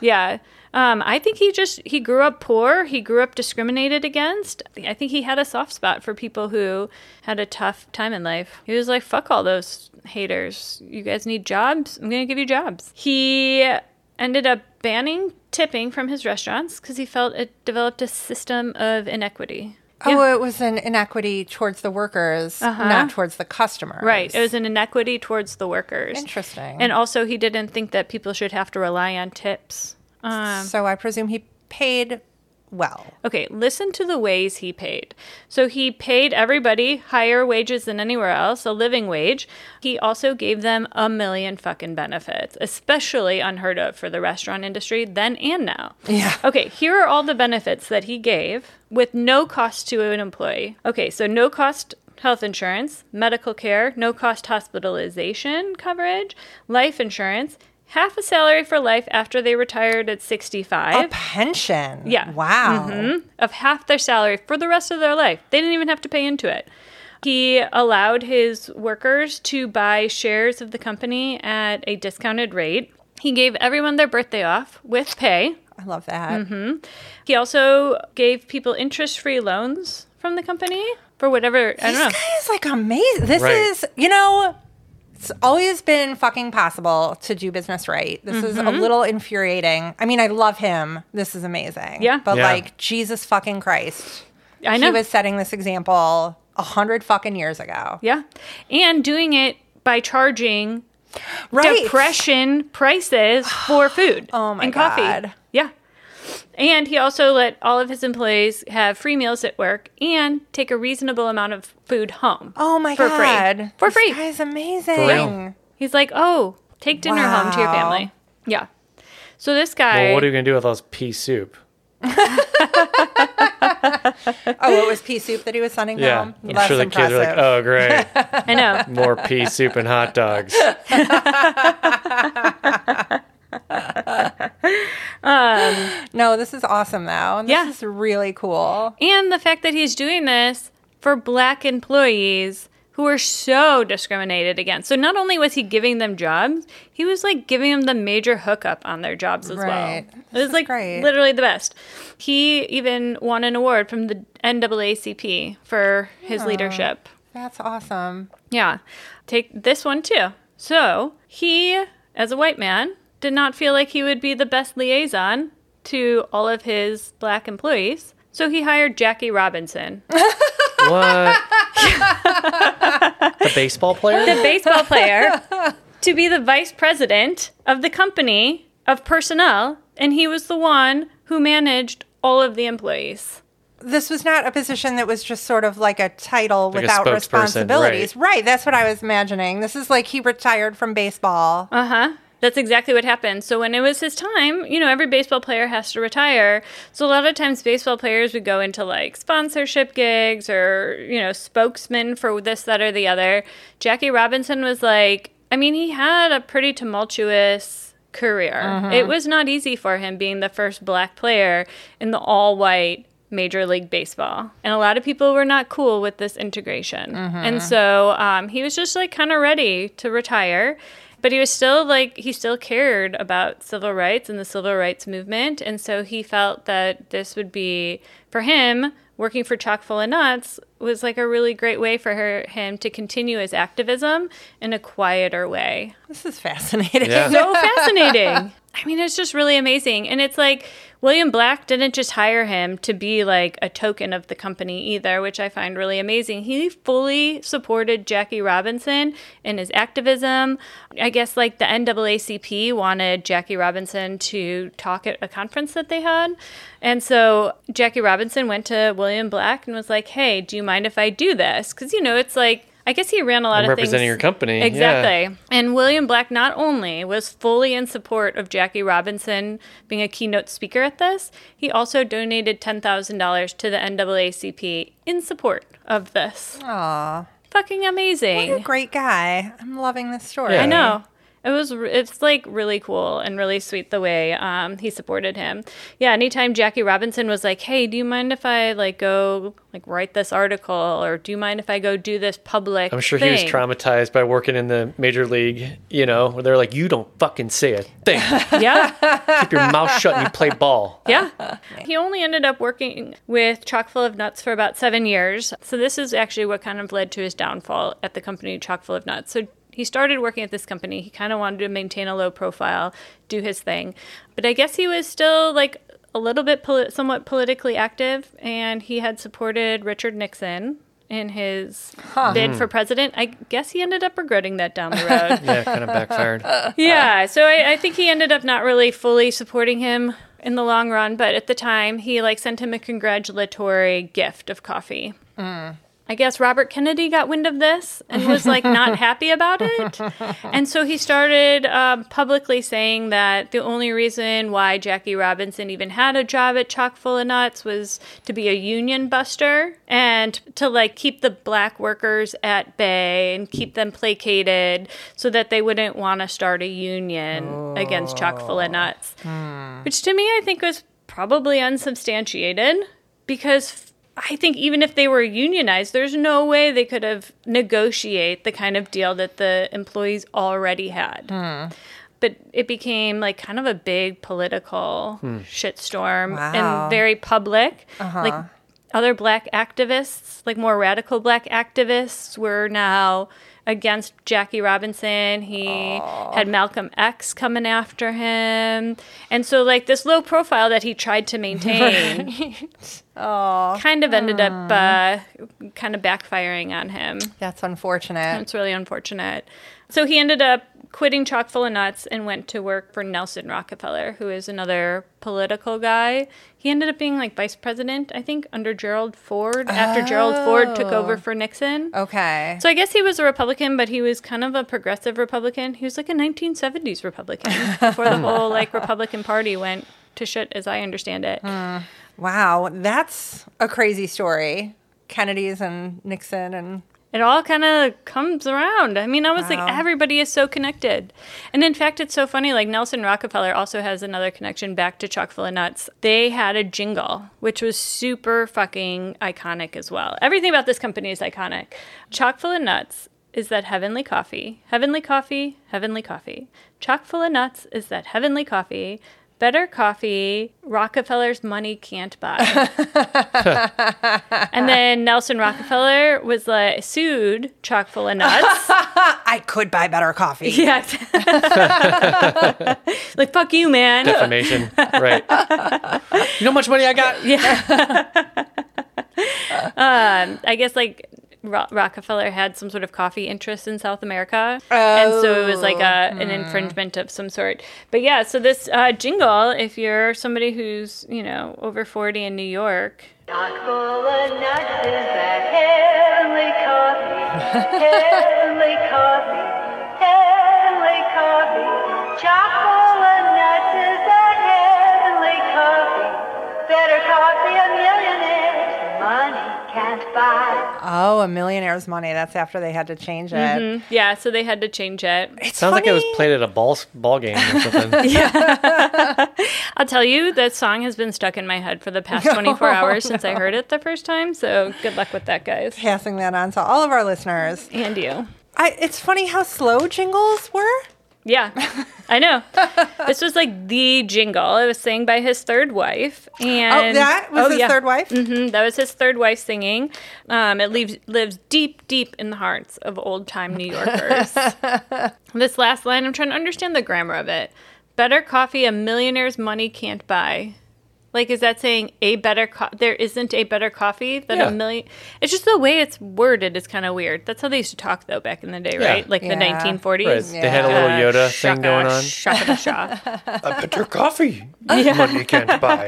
B: Yeah. Um, I think he just he grew up poor. He grew up discriminated against. I think he had a soft spot for people who had a tough time in life. He was like, "Fuck all those haters. You guys need jobs. I'm gonna give you jobs." He ended up banning tipping from his restaurants because he felt it developed a system of inequity.
C: Oh, it was an inequity towards the workers, not towards the customers.
B: Uh-huh. Right. It was an inequity towards the workers.
C: Interesting.
B: And also, he didn't think that people should have to rely on tips. um,
C: so I presume he paid well.
B: Okay, listen to the ways he paid. So he paid everybody higher wages than anywhere else, a living wage. He also gave them a million fucking benefits, especially unheard of for the restaurant industry then and now.
C: Yeah.
B: Okay, here are all the benefits that he gave with no cost to an employee. Okay, so no cost health insurance, medical care, no cost hospitalization coverage, life insurance, half a salary for life after they retired at 65
C: A pension.
B: Yeah. Mm-hmm.
C: Wow.
B: of half their salary for the rest of their life. They didn't even have to pay into it. He allowed his workers to buy shares of the company at a discounted rate. He gave everyone their birthday off with pay.
C: I love that.
B: Mm-hmm. He also gave people interest free loans from the company for whatever. I
C: This
B: don't know.
C: guy is like amazing. This
A: Right.
C: is, you know, it's always been fucking possible to do business right. This is
B: Mm-hmm.
C: a little infuriating. I mean, I love him. This is amazing.
B: Yeah.
C: But
A: Yeah.
C: like, Jesus fucking Christ.
B: I know.
C: He was setting this example a hundred fucking years ago.
B: Yeah. And doing it by charging
C: Right.
B: depression prices for food
C: Oh my
B: and coffee.
C: God.
B: Yeah. And he also let all of his employees have free meals at work and take a reasonable amount of food home.
C: Oh my
B: for
C: god.
B: Free. For free.
C: This guy's amazing.
A: real.
B: He's like, "Oh, take dinner home to your
C: Wow.
B: family." Yeah. So this guy
A: Well, what are you gonna do with all this pea soup?
C: Oh, it was pea soup that he was sending
A: Yeah,
C: home.
A: I'm
C: Less
A: sure the
C: impressive.
A: kids are like, "Oh, great,
B: I know.
A: more pea soup and hot dogs." "Oh."
C: No, this is awesome though. This
B: Yeah.
C: is really cool.
B: And the fact that he's doing this for black employees who are so discriminated against. So not only was he giving them jobs, he was like giving them the major hookup on their jobs as
C: Right.
B: well.
C: This
B: it was
C: is
B: like
C: great.
B: literally the best. He even won an award from the NAACP for his leadership.
C: That's awesome.
B: Yeah. Take this one too. So he, as a white man, did not feel like he would be the best liaison to all of his black employees. So he hired Jackie Robinson, the
A: What? the baseball player?
B: baseball player, to be the vice president of the company of personnel. And he was the one who managed all of the employees.
C: This was not a position that was just sort of like a title
A: Like a
C: without
A: spokesperson,
C: responsibilities. Right. that's what I was imagining. This is like he retired from baseball.
B: Uh huh. That's exactly what happened. So when it was his time, you know, every baseball player has to retire. So a lot of times, baseball players would go into like sponsorship gigs or you know, spokesman for this, that, or the other. Jackie Robinson was like, I mean, he had a pretty tumultuous career. It was not easy for him being the first black player in the all-white Major League Baseball. And a lot of people were not cool with this integration. And so um, he was just like kind of ready to retire. But he was still like, he still cared about civil rights and the civil rights movement. And so he felt that this would be, for him, working for Chock Full of Nuts was like a really great way for her, him to continue his activism in a quieter way
C: This is fascinating.
A: Yeah.
B: so fascinating. I mean, it's just really amazing. And it's like William Black didn't just hire him to be like a token of the company either, which I find really amazing. He fully supported Jackie Robinson in his activism. I guess like the NAACP wanted Jackie Robinson to talk at a conference that they had. And so Jackie Robinson went to William Black and was like, hey, do you mind if I do this? Because, you know, it's like, I guess he ran a lot
A: I'm
B: of things.
A: representing your company. Yeah.
B: Exactly. And William Black not only was fully in support of Jackie Robinson being a keynote speaker at this, he also donated $10,000 to the NAACP in support of this.
C: Aw.
B: Fucking amazing.
C: You're a great guy. I'm loving this story.
A: Yeah.
B: I know. It was. r- It's like really cool and really sweet the way um, he supported him. Yeah. Anytime Jackie Robinson was like, "Hey, do you mind if I like go like write this article, or do you mind if I go do this public?"
A: I'm sure he was
B: thing?"
A: traumatized by working in the major league. You know, where they're like, "You don't fucking say a thing.
B: Yeah.
A: Keep your mouth shut and you play ball."
B: Yeah. He only ended up working with Chock Full of Nuts for about seven years. So, this is actually what kind of led to his downfall at the company Chock Full of Nuts. So, he started working at this company. He kind of wanted to maintain a low profile, do his thing. But I guess he was still like a little bit poli- somewhat politically active, and he had supported Richard Nixon in his bid for president. I guess he ended up regretting that down the road.
A: Yeah, kind of backfired.
B: Yeah, so I, I think he ended up not really fully supporting him in the long run, but at the time he like sent him a congratulatory gift of coffee. I guess Robert Kennedy got wind of this and was like not happy about it, and so he started um, publicly saying that the only reason why Jackie Robinson even had a job at Chock Full of Nuts was to be a union buster and to like keep the black workers at bay and keep them placated so that they wouldn't want to start a union against Chock Full of Nuts, which to me I think was probably unsubstantiated because I think even if they were unionized, there's no way they could have negotiate the kind of deal that the employees already had. But it became like kind of a big political shitstorm
C: Wow.
B: and very public. Like other black activists, like more radical black activists, were now against Jackie Robinson. He had Malcolm X coming after him. And so, like, this low profile that he tried to maintain kind of ended up uh, kind of backfiring on him.
C: That's unfortunate.
B: It's really unfortunate. So he ended up quitting Chock Full of Nuts and went to work for Nelson Rockefeller, who is another political guy. He ended up being like vice president, I think, under Gerald Ford after Gerald Ford took over for Nixon.
C: Okay.
B: So I guess he was a Republican, but he was kind of a progressive Republican. He was like a 1970s Republican before the whole like Republican Party went to shit, as I understand it.
C: Wow, that's a crazy story. Kennedy's and Nixon and
B: it all kind of comes around. I mean, I was like,
C: Wow.
B: everybody is so connected. And in fact, it's so funny. Like, Nelson Rockefeller also has another connection back to Chock Full of Nuts. They had a jingle, which was super fucking iconic as well. Everything about this company is iconic. Chock Full of Nuts is that heavenly coffee. Heavenly coffee, heavenly coffee. Chock Full of Nuts is that heavenly coffee. Better coffee, Rockefeller's money can't buy. And then Nelson Rockefeller was like sued chock full of nuts.
C: I could buy better coffee.
B: yes. like fuck you, man.
A: Defamation. right. You know how much money I got?
B: Um, I guess like Ro- Rockefeller had some sort of coffee interest in South America, and so it was like a, an infringement of some sort. But yeah, so this uh, jingle, if you're somebody who's you know over forty in New York,
D: Not full of nuts is that heavenly coffee, heavenly coffee, heavenly coffee. Chock full of nuts is that heavenly coffee. Better coffee a millionaire's money can't buy.
C: Oh, a millionaire's money. That's after they had to change it.
B: yeah, so they had to change it.
C: It's
A: Sounds like it was
C: funny.
A: played at a ball ball game or something.
B: I'll tell you, that song has been stuck in my head for the past 24 hours since I heard it the first time. So good luck with that, guys.
C: passing that on to all of our listeners.
B: And you.
C: I, it's funny how slow jingles were. Oh,
B: Yeah, I know. This was like the jingle. It was sang by his third wife. And
C: oh, that was
B: Oh,
C: his
B: yeah.
C: third wife.
B: Mhm, that was his third wife singing. Um, it leaves, lives deep, deep in the hearts of old time New Yorkers. this last line, I'm trying to understand the grammar of it. Better coffee a millionaire's money can't buy. Like, is that saying a better co- there isn't a better coffee than
A: Yeah.
B: a million? It's just the way it's worded is kind of weird. That's how they used to talk though back in the day,
A: Yeah.
B: right? Like
C: Yeah.
B: the 1940s.
A: Right. They had a little
B: Uh,
A: Yoda thing going
B: shaka,
A: on.
B: Shaka, shaka.
A: I bet your coffee money can't buy.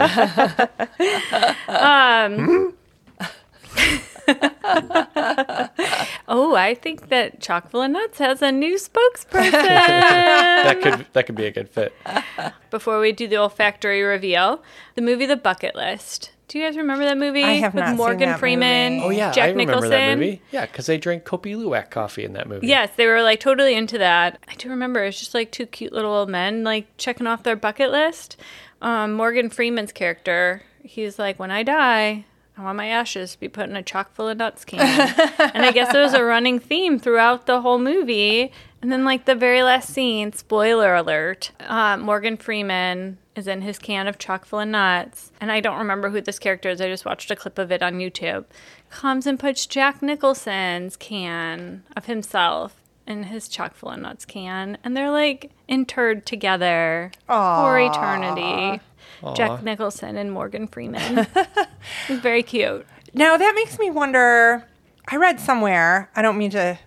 B: Oh, I think that Chock Full of Nuts has a new spokesperson.
A: That could that could be a good fit.
B: Before we do the olfactory reveal, the movie The Bucket List. Do you guys remember that movie
C: I have
B: with
C: not seen
B: Morgan
C: that
B: Freeman?
C: movie.
A: Oh yeah,
B: Jack
A: I remember
B: Nicholson.
A: that movie. Yeah, because they drank Kopi Luwak coffee in that movie.
B: Yes, they were like totally into that. I do remember it's just like two cute little old men like checking off their bucket list. Um, Morgan Freeman's character, he's like, when I die, I want my ashes to be put in a chock full of nuts can. and I guess it was a running theme throughout the whole movie. And then like the very last scene, spoiler alert, uh, Morgan Freeman is in his can of chock full of nuts. And I don't remember who this character is. I just watched a clip of it on YouTube. Comes and puts Jack Nicholson's can of himself in his chock full of nuts can. And they're like interred together for eternity. Jack Nicholson and Morgan Freeman. it was very cute.
C: Now that makes me wonder. I read somewhere. I don't mean to.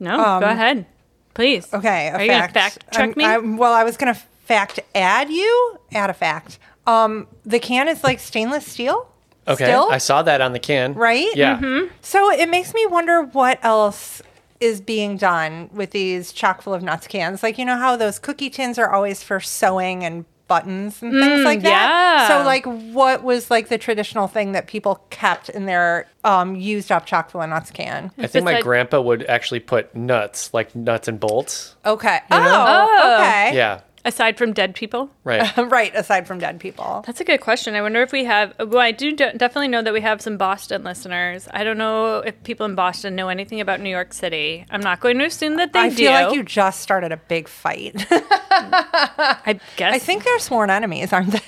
B: No, go ahead. Please.
C: Um, Okay, a
B: Are you gonna fact check
C: I'm-
B: me?
C: I'm- well, I was gonna fact add you. Add a fact. Um, the can is like stainless steel.
A: Okay,
C: Still?
A: I saw that on the can.
C: Right?
A: Yeah.
C: So it makes me wonder what else is being done with these chock full of nuts cans. Like, you know how those cookie tins are always for sewing and buttons and things like that?
B: Mm, yeah.
C: So, like, what was like the traditional thing that people kept in their um, used up chock full of nuts can?
A: I think my
B: Besides-
A: grandpa would actually put nuts, like nuts and bolts.
C: Okay.
B: Oh.
C: Oh, okay.
A: Yeah.
B: Aside from dead people?
A: Right.
C: Right, aside from dead people.
B: That's a good question. I wonder if we have. Well, I do de- definitely know that we have some Boston listeners. I don't know if people in Boston know anything about New York City. I'm not going to assume that they
C: I
B: do.
C: feel like you just started a big fight.
B: I guess.
C: I think they're sworn enemies, aren't they?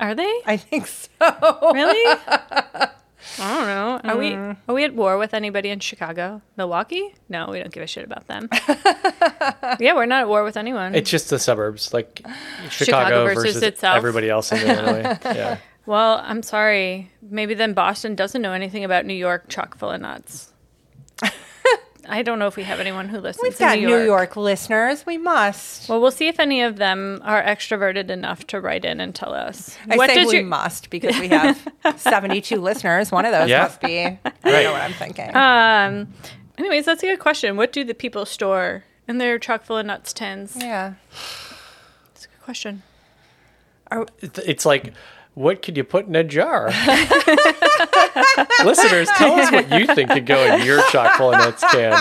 B: Are they
C: I think so.
B: really? I don't know. Are we
C: Mm.
B: are we at war with anybody in Chicago? Milwaukee? No, we don't give a shit about them. yeah, we're not at war with anyone.
A: It's just the suburbs, like Chicago,
B: versus
A: versus,
B: itself.
A: everybody else in Illinois. Yeah.
B: well, I'm sorry. Maybe then Boston doesn't know anything about New York chock full of nuts. I don't know if we have anyone who listens
C: We've
B: in
C: got
B: New York.
C: listeners. We must.
B: Well, we'll see if any of them are extroverted enough to write in and tell us.
C: I
B: what
C: say
B: does
C: we
B: your
C: must because we have 72 listeners. One of those
A: Yeah.
C: must be. I know what
A: Right.
C: I'm thinking.
B: um anyways, that's a good question. What do the people store in their chock full of nuts tins?
C: yeah.
B: It's a good question.
A: It's- It's like, what could you put in a jar? Listeners, tell us what you think could go in your chock full of nuts can.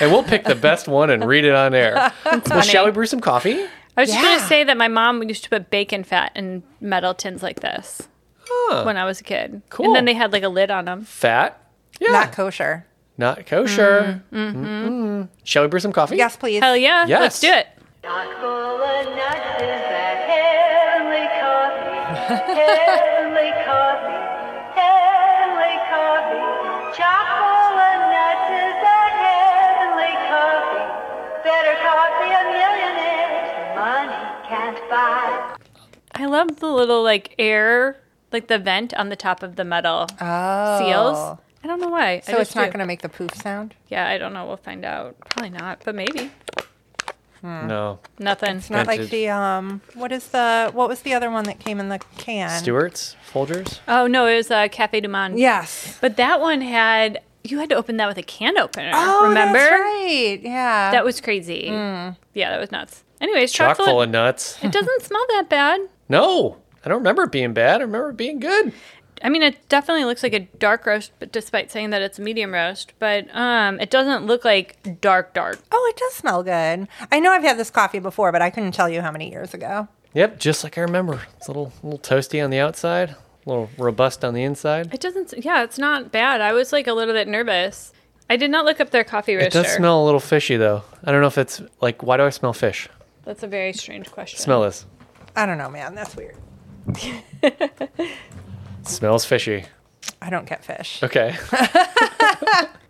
A: and we'll pick the best one and read it on air. Well, shall
B: funny.
A: we brew some coffee?
B: I was just
C: Yeah.
B: gonna say that my mom used to put bacon fat in metal tins like this when I was a kid. And
A: Cool.
B: then they had like a lid on them.
A: Fat? Yeah.
C: Not kosher.
A: Not kosher. Mm-mm. Shall we brew some coffee?
C: Yes, please.
B: Hell yeah,
A: Yes.
B: let's do it.
D: Chock-full of nuts is that heavenly coffee, heavenly coffee, heavenly coffee. Chock-full of nuts is that heavenly coffee. Better coffee a millionaire's money can't buy.
B: I love the little like air, like the vent on the top of the metal
C: Oh.
B: seals. I don't know why. I
C: So it's
B: just
C: not
B: do.
C: going to make the poof sound?
B: Yeah, I don't know. We'll find out. Probably not, but maybe
A: No.
B: nothing.
C: It's not like
A: Vintage.
C: the, um, what is the, what was the other one that came in the can?
A: Stewart's? Folgers?
B: oh no, it was uh, Cafe Du Monde.
C: Yes.
B: but that one had you had to open that with a can opener.
C: Oh,
B: remember?
C: that's right. Mm. Yeah.
B: That was crazy. Yeah, that was nuts. Anyways,
A: Chock
B: chocolate.
A: full of nuts.
B: it doesn't smell that bad.
A: No, I don't remember it being bad. I remember it being good.
B: I mean, it definitely looks like a dark roast, but despite saying that it's a medium roast, but um, it doesn't look like dark dark.
C: oh, it does smell good. I know I've had this coffee before, but I couldn't tell you how many years ago.
A: Yep, just like I remember. It's a little, little toasty on the outside, a little robust on the inside.
B: It doesn't. Yeah, it's not bad. I was like a little bit nervous. I did not look up their coffee
A: It
B: roaster.
A: does smell a little fishy though. I don't know if it's like, why do I smell fish?
B: That's a very strange question.
A: Smell this.
C: I don't know, man. That's weird.
A: smells fishy.
C: I don't get fish.
A: Okay.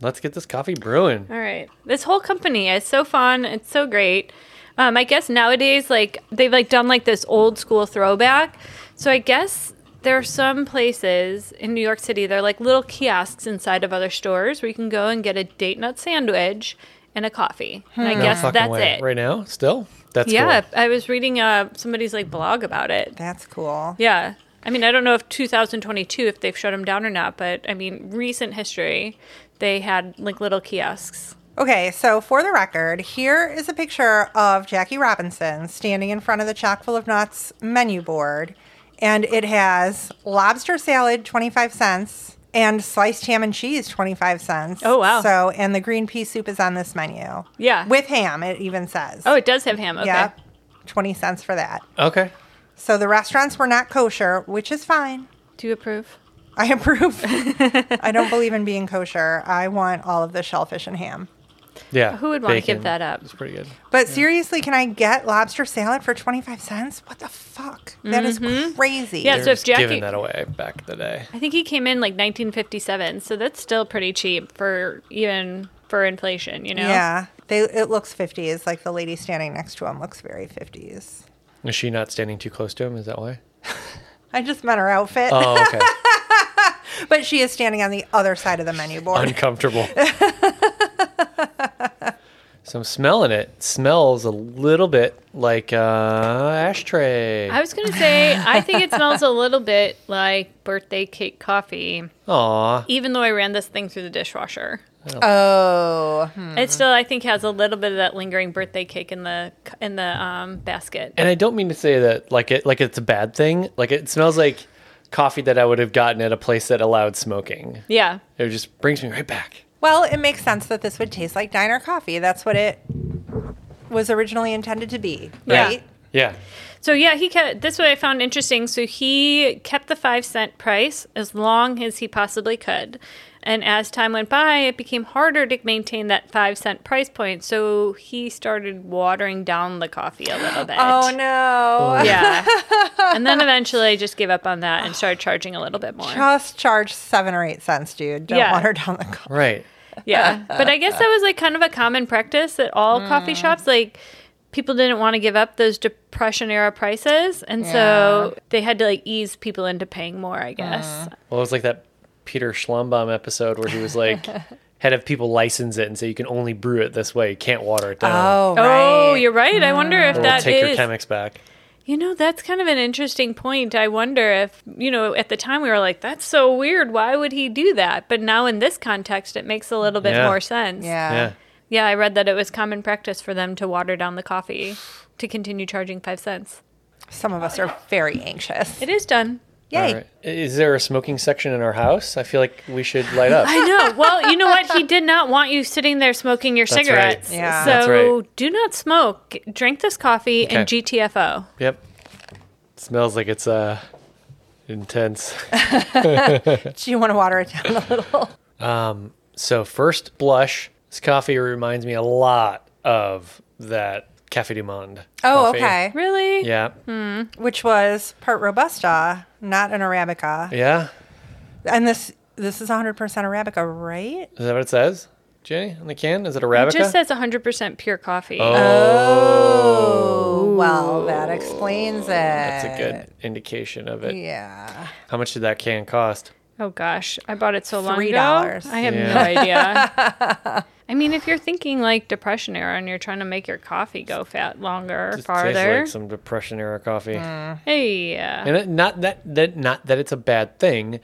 A: Let's get this coffee brewing.
B: All right. This whole company is so fun. It's so great. Um, I guess nowadays, like they've like done like this old school throwback. So I guess there are some places in New York City. They're like little kiosks inside of other stores where you can go and get a date nut sandwich and a coffee. And I
A: Hmm. No
B: guess
A: fucking
B: that's
A: way.
B: it.
A: Right now, still? That's
B: yeah,
A: cool.
B: I was reading uh, somebody's like blog about it.
C: That's cool.
B: Yeah. I mean, I don't know if 2022 if they've shut them down or not, but I mean, recent history, they had like little kiosks.
C: Okay, so for the record, here is a picture of Jackie Robinson standing in front of the Chock Full of Nuts menu board, and it has lobster salad, 25 cents, and sliced ham and cheese, 25 cents.
B: Oh, wow.
C: So, and the green pea soup is on this menu.
B: Yeah.
C: With ham, it even says.
B: Oh, it does have ham. Okay.
C: Yep. 20 cents for that.
A: Okay.
C: So the restaurants were not kosher, which is fine.
B: Do you approve?
C: I approve. I don't believe in being kosher. I want all of the shellfish and ham.
A: Yeah.
B: Who would wanna give
A: bacon.
B: that up?
A: It's pretty good.
C: But seriously, can I get lobster salad for 25 cents? What the fuck? That is
B: Mm-hmm.
C: crazy.
B: Yeah,
A: They're
B: so if
A: just
B: Jackie,
A: giving that away back in the day.
B: I think he came in like 1957, so that's still pretty cheap for even for inflation, you know.
C: Yeah. They, it looks 50s. Like the lady standing next to him looks very 50s.
A: Is she not standing too close to him? Is that why?
C: I just met her outfit,
A: Oh, okay.
C: but she is standing on the other side of the menu board.
A: uncomfortable. so I'm smelling it. It smells a little bit like uh, ashtray.
B: I was gonna say I think it smells a little bit like birthday cake coffee,
A: Aw,
B: even though I ran this thing through the dishwasher.
C: oh. hmm.
B: It still I think has a little bit of that lingering birthday cake in the in the um, basket.
A: and I don't mean to say that like it like it's a bad thing. Like it smells like coffee that I would have gotten at a place that allowed smoking.
B: Yeah,
A: It just brings me right back.
C: Well, it makes sense that this would taste like diner coffee. That's what it was originally intended to be,
B: Yeah.
C: right?
A: Yeah.
B: So yeah, he kept this what I found interesting. So he kept the five cent price as long as he possibly could. And as time went by, it became harder to maintain that five cent price point. So he started watering down the coffee a little bit.
C: Oh no.
B: Yeah. and then eventually I just gave up on that and started charging a little bit more.
C: Just charge seven or eight cents, dude. Don't
B: Yeah.
C: water down the cost.
A: Right.
B: yeah. But I guess that was like kind of a common practice at all
C: Mm.
B: coffee shops. Like people didn't want to give up those depression era prices. And so they had to like ease people into paying more, I guess.
C: Mm.
A: Well, it was like that Peter Schlumbaum episode where he was like, had to have people license it and say you can only brew it this way. You can't water it down.
C: Oh,
B: Oh,
C: right. Mm.
B: you're right. I wonder if
A: Or we'll
B: that
A: take
B: is-
A: your Chemex back.
B: You know, that's kind of an interesting point. I wonder if, you know, at the time we were like, that's so weird. Why would he do that? But now in this context, it makes a little bit
A: Yeah.
B: more sense.
C: Yeah.
A: Yeah.
B: Yeah, I read that it was common practice for them to water down the coffee to continue charging five cents.
C: Some of us are very anxious.
B: It is done.
A: All
C: Yay.
A: right. Is there a smoking section in our house? I feel like we should light up.
B: I know. Well, you know what? He did not want you sitting there smoking your
A: right.
B: cigarettes.
C: Yeah.
B: So
A: That's right.
B: do not smoke. Drink this coffee and
A: Okay.
B: GTFO.
A: yep. Smells like it's uh intense.
C: Do you want to water it down a little?
A: So first blush, this coffee reminds me a lot of that Café du Monde.
C: Oh,
A: coffee.
C: okay. Hmm.
B: Really?
A: Yeah.
C: Which was part robusta, not an arabica.
A: Yeah.
C: And this this is 100% arabica, right?
A: Is that what it says, Jenny, on the can? Is it
B: It
A: Arabica?
B: just says 100% pure coffee.
C: Oh, well, that explains it.
A: That's a good indication of it.
C: Yeah.
A: How much did that can cost?
B: Oh gosh, I bought it so long
C: Three
B: ago.
C: dollars.
B: I have
A: Yeah.
B: no idea. I mean, if you're thinking like depression era and you're trying to make your coffee go fat longer,
A: Just tastes
B: farther.
A: like some depression era coffee.
C: Hmm.
B: hey, yeah.
A: And it, not that that not that it's a bad thing.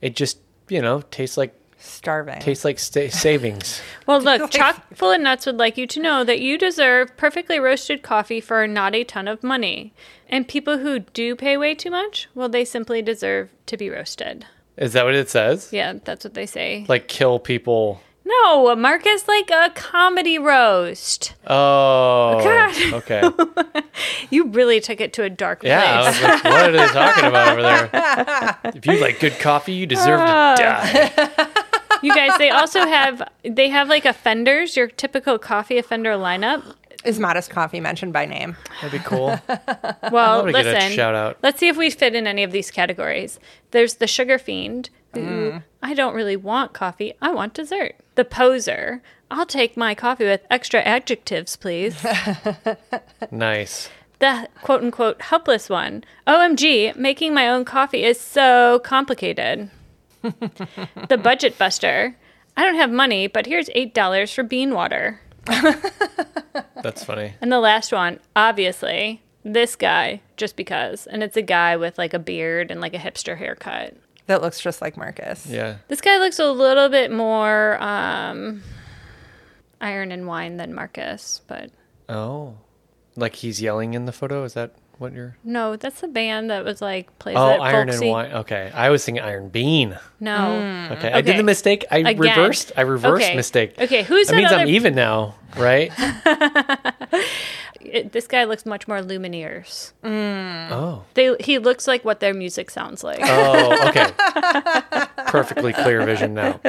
A: It just, you know, tastes like
C: Starving.
A: tastes like sta- savings.
B: Well, look, Chock Full of Nuts would like you to know that you deserve perfectly roasted coffee for not a ton of money. And people who do pay way too much, well, they simply deserve to be roasted.
A: Is that what it says?
B: Yeah, that's what they say.
A: Like kill people.
B: No, Marcus, like a comedy roast.
A: Oh.
B: God.
A: Okay.
B: You really took it to a dark place.
A: Yeah, I was like, what are they talking about over there? If you like good coffee, you deserve
B: Ah.
A: to die.
B: You guys, they also have they have like offenders, your typical coffee offender lineup.
C: Is modest coffee mentioned by name?
A: That'd be cool.
B: Well,
A: Love to get a
B: listen.
A: shout out.
B: Let's see if we fit in any of these categories. There's the sugar fiend, who I don't really want coffee, I want dessert. The poser, I'll take my coffee with extra adjectives, please.
A: Nice.
B: the quote unquote helpless one. OMG, making my own coffee is so complicated. the budget buster. I don't have money, but here's $8 for bean water.
A: That's funny.
B: And the last one, obviously, this guy, just because. And it's a guy with like a beard and like a hipster haircut.
C: That looks just like Marcus.
A: Yeah.
B: This guy looks a little bit more um, iron and wine than Marcus, but
A: Oh. Like he's yelling in the photo? Is that what you're.
B: no, that's the band that was like plays
A: Oh,
B: that
A: Iron
B: folksy.
A: and Wine. Okay. I was thinking Iron Bean.
B: No,
A: Okay. I did the
B: Okay.
A: mistake. I
B: Again.
A: reversed. I reversed
B: Okay.
A: mistake.
B: Okay, who's
A: That
B: that
A: means I'm
B: other- Mm-hmm.
A: even now, right?
B: It- this guy looks much more Lumineers.
A: oh.
B: They he looks like what their music sounds like.
A: Oh, okay. Perfectly clear vision now.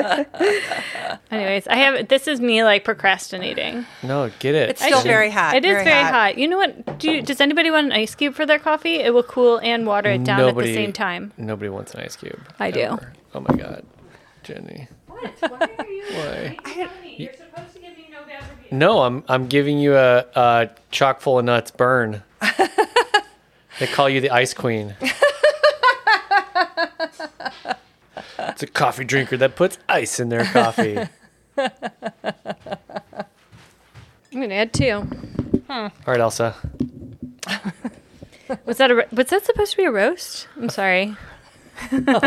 B: Anyways, I have this is me like procrastinating.
A: No, get it.
C: It's still
A: Vision.
C: very hot.
B: It is very, hot. You know what? Do you, does anybody want an ice cube for their coffee? It will cool and water it down at the same time.
A: Nobody wants an ice cube.
B: I do.
A: Oh my god, Jenny. Why?
B: You're supposed to give me no bad reviews.
A: No, I'm I'm giving you a, a chock full of nuts burn. they call you the ice queen. it's a coffee drinker that puts ice in their coffee. All
B: I'm gonna add two.
A: right, Elsa.
B: Was that a ro- was that supposed to be a roast? I'm sorry.
A: You know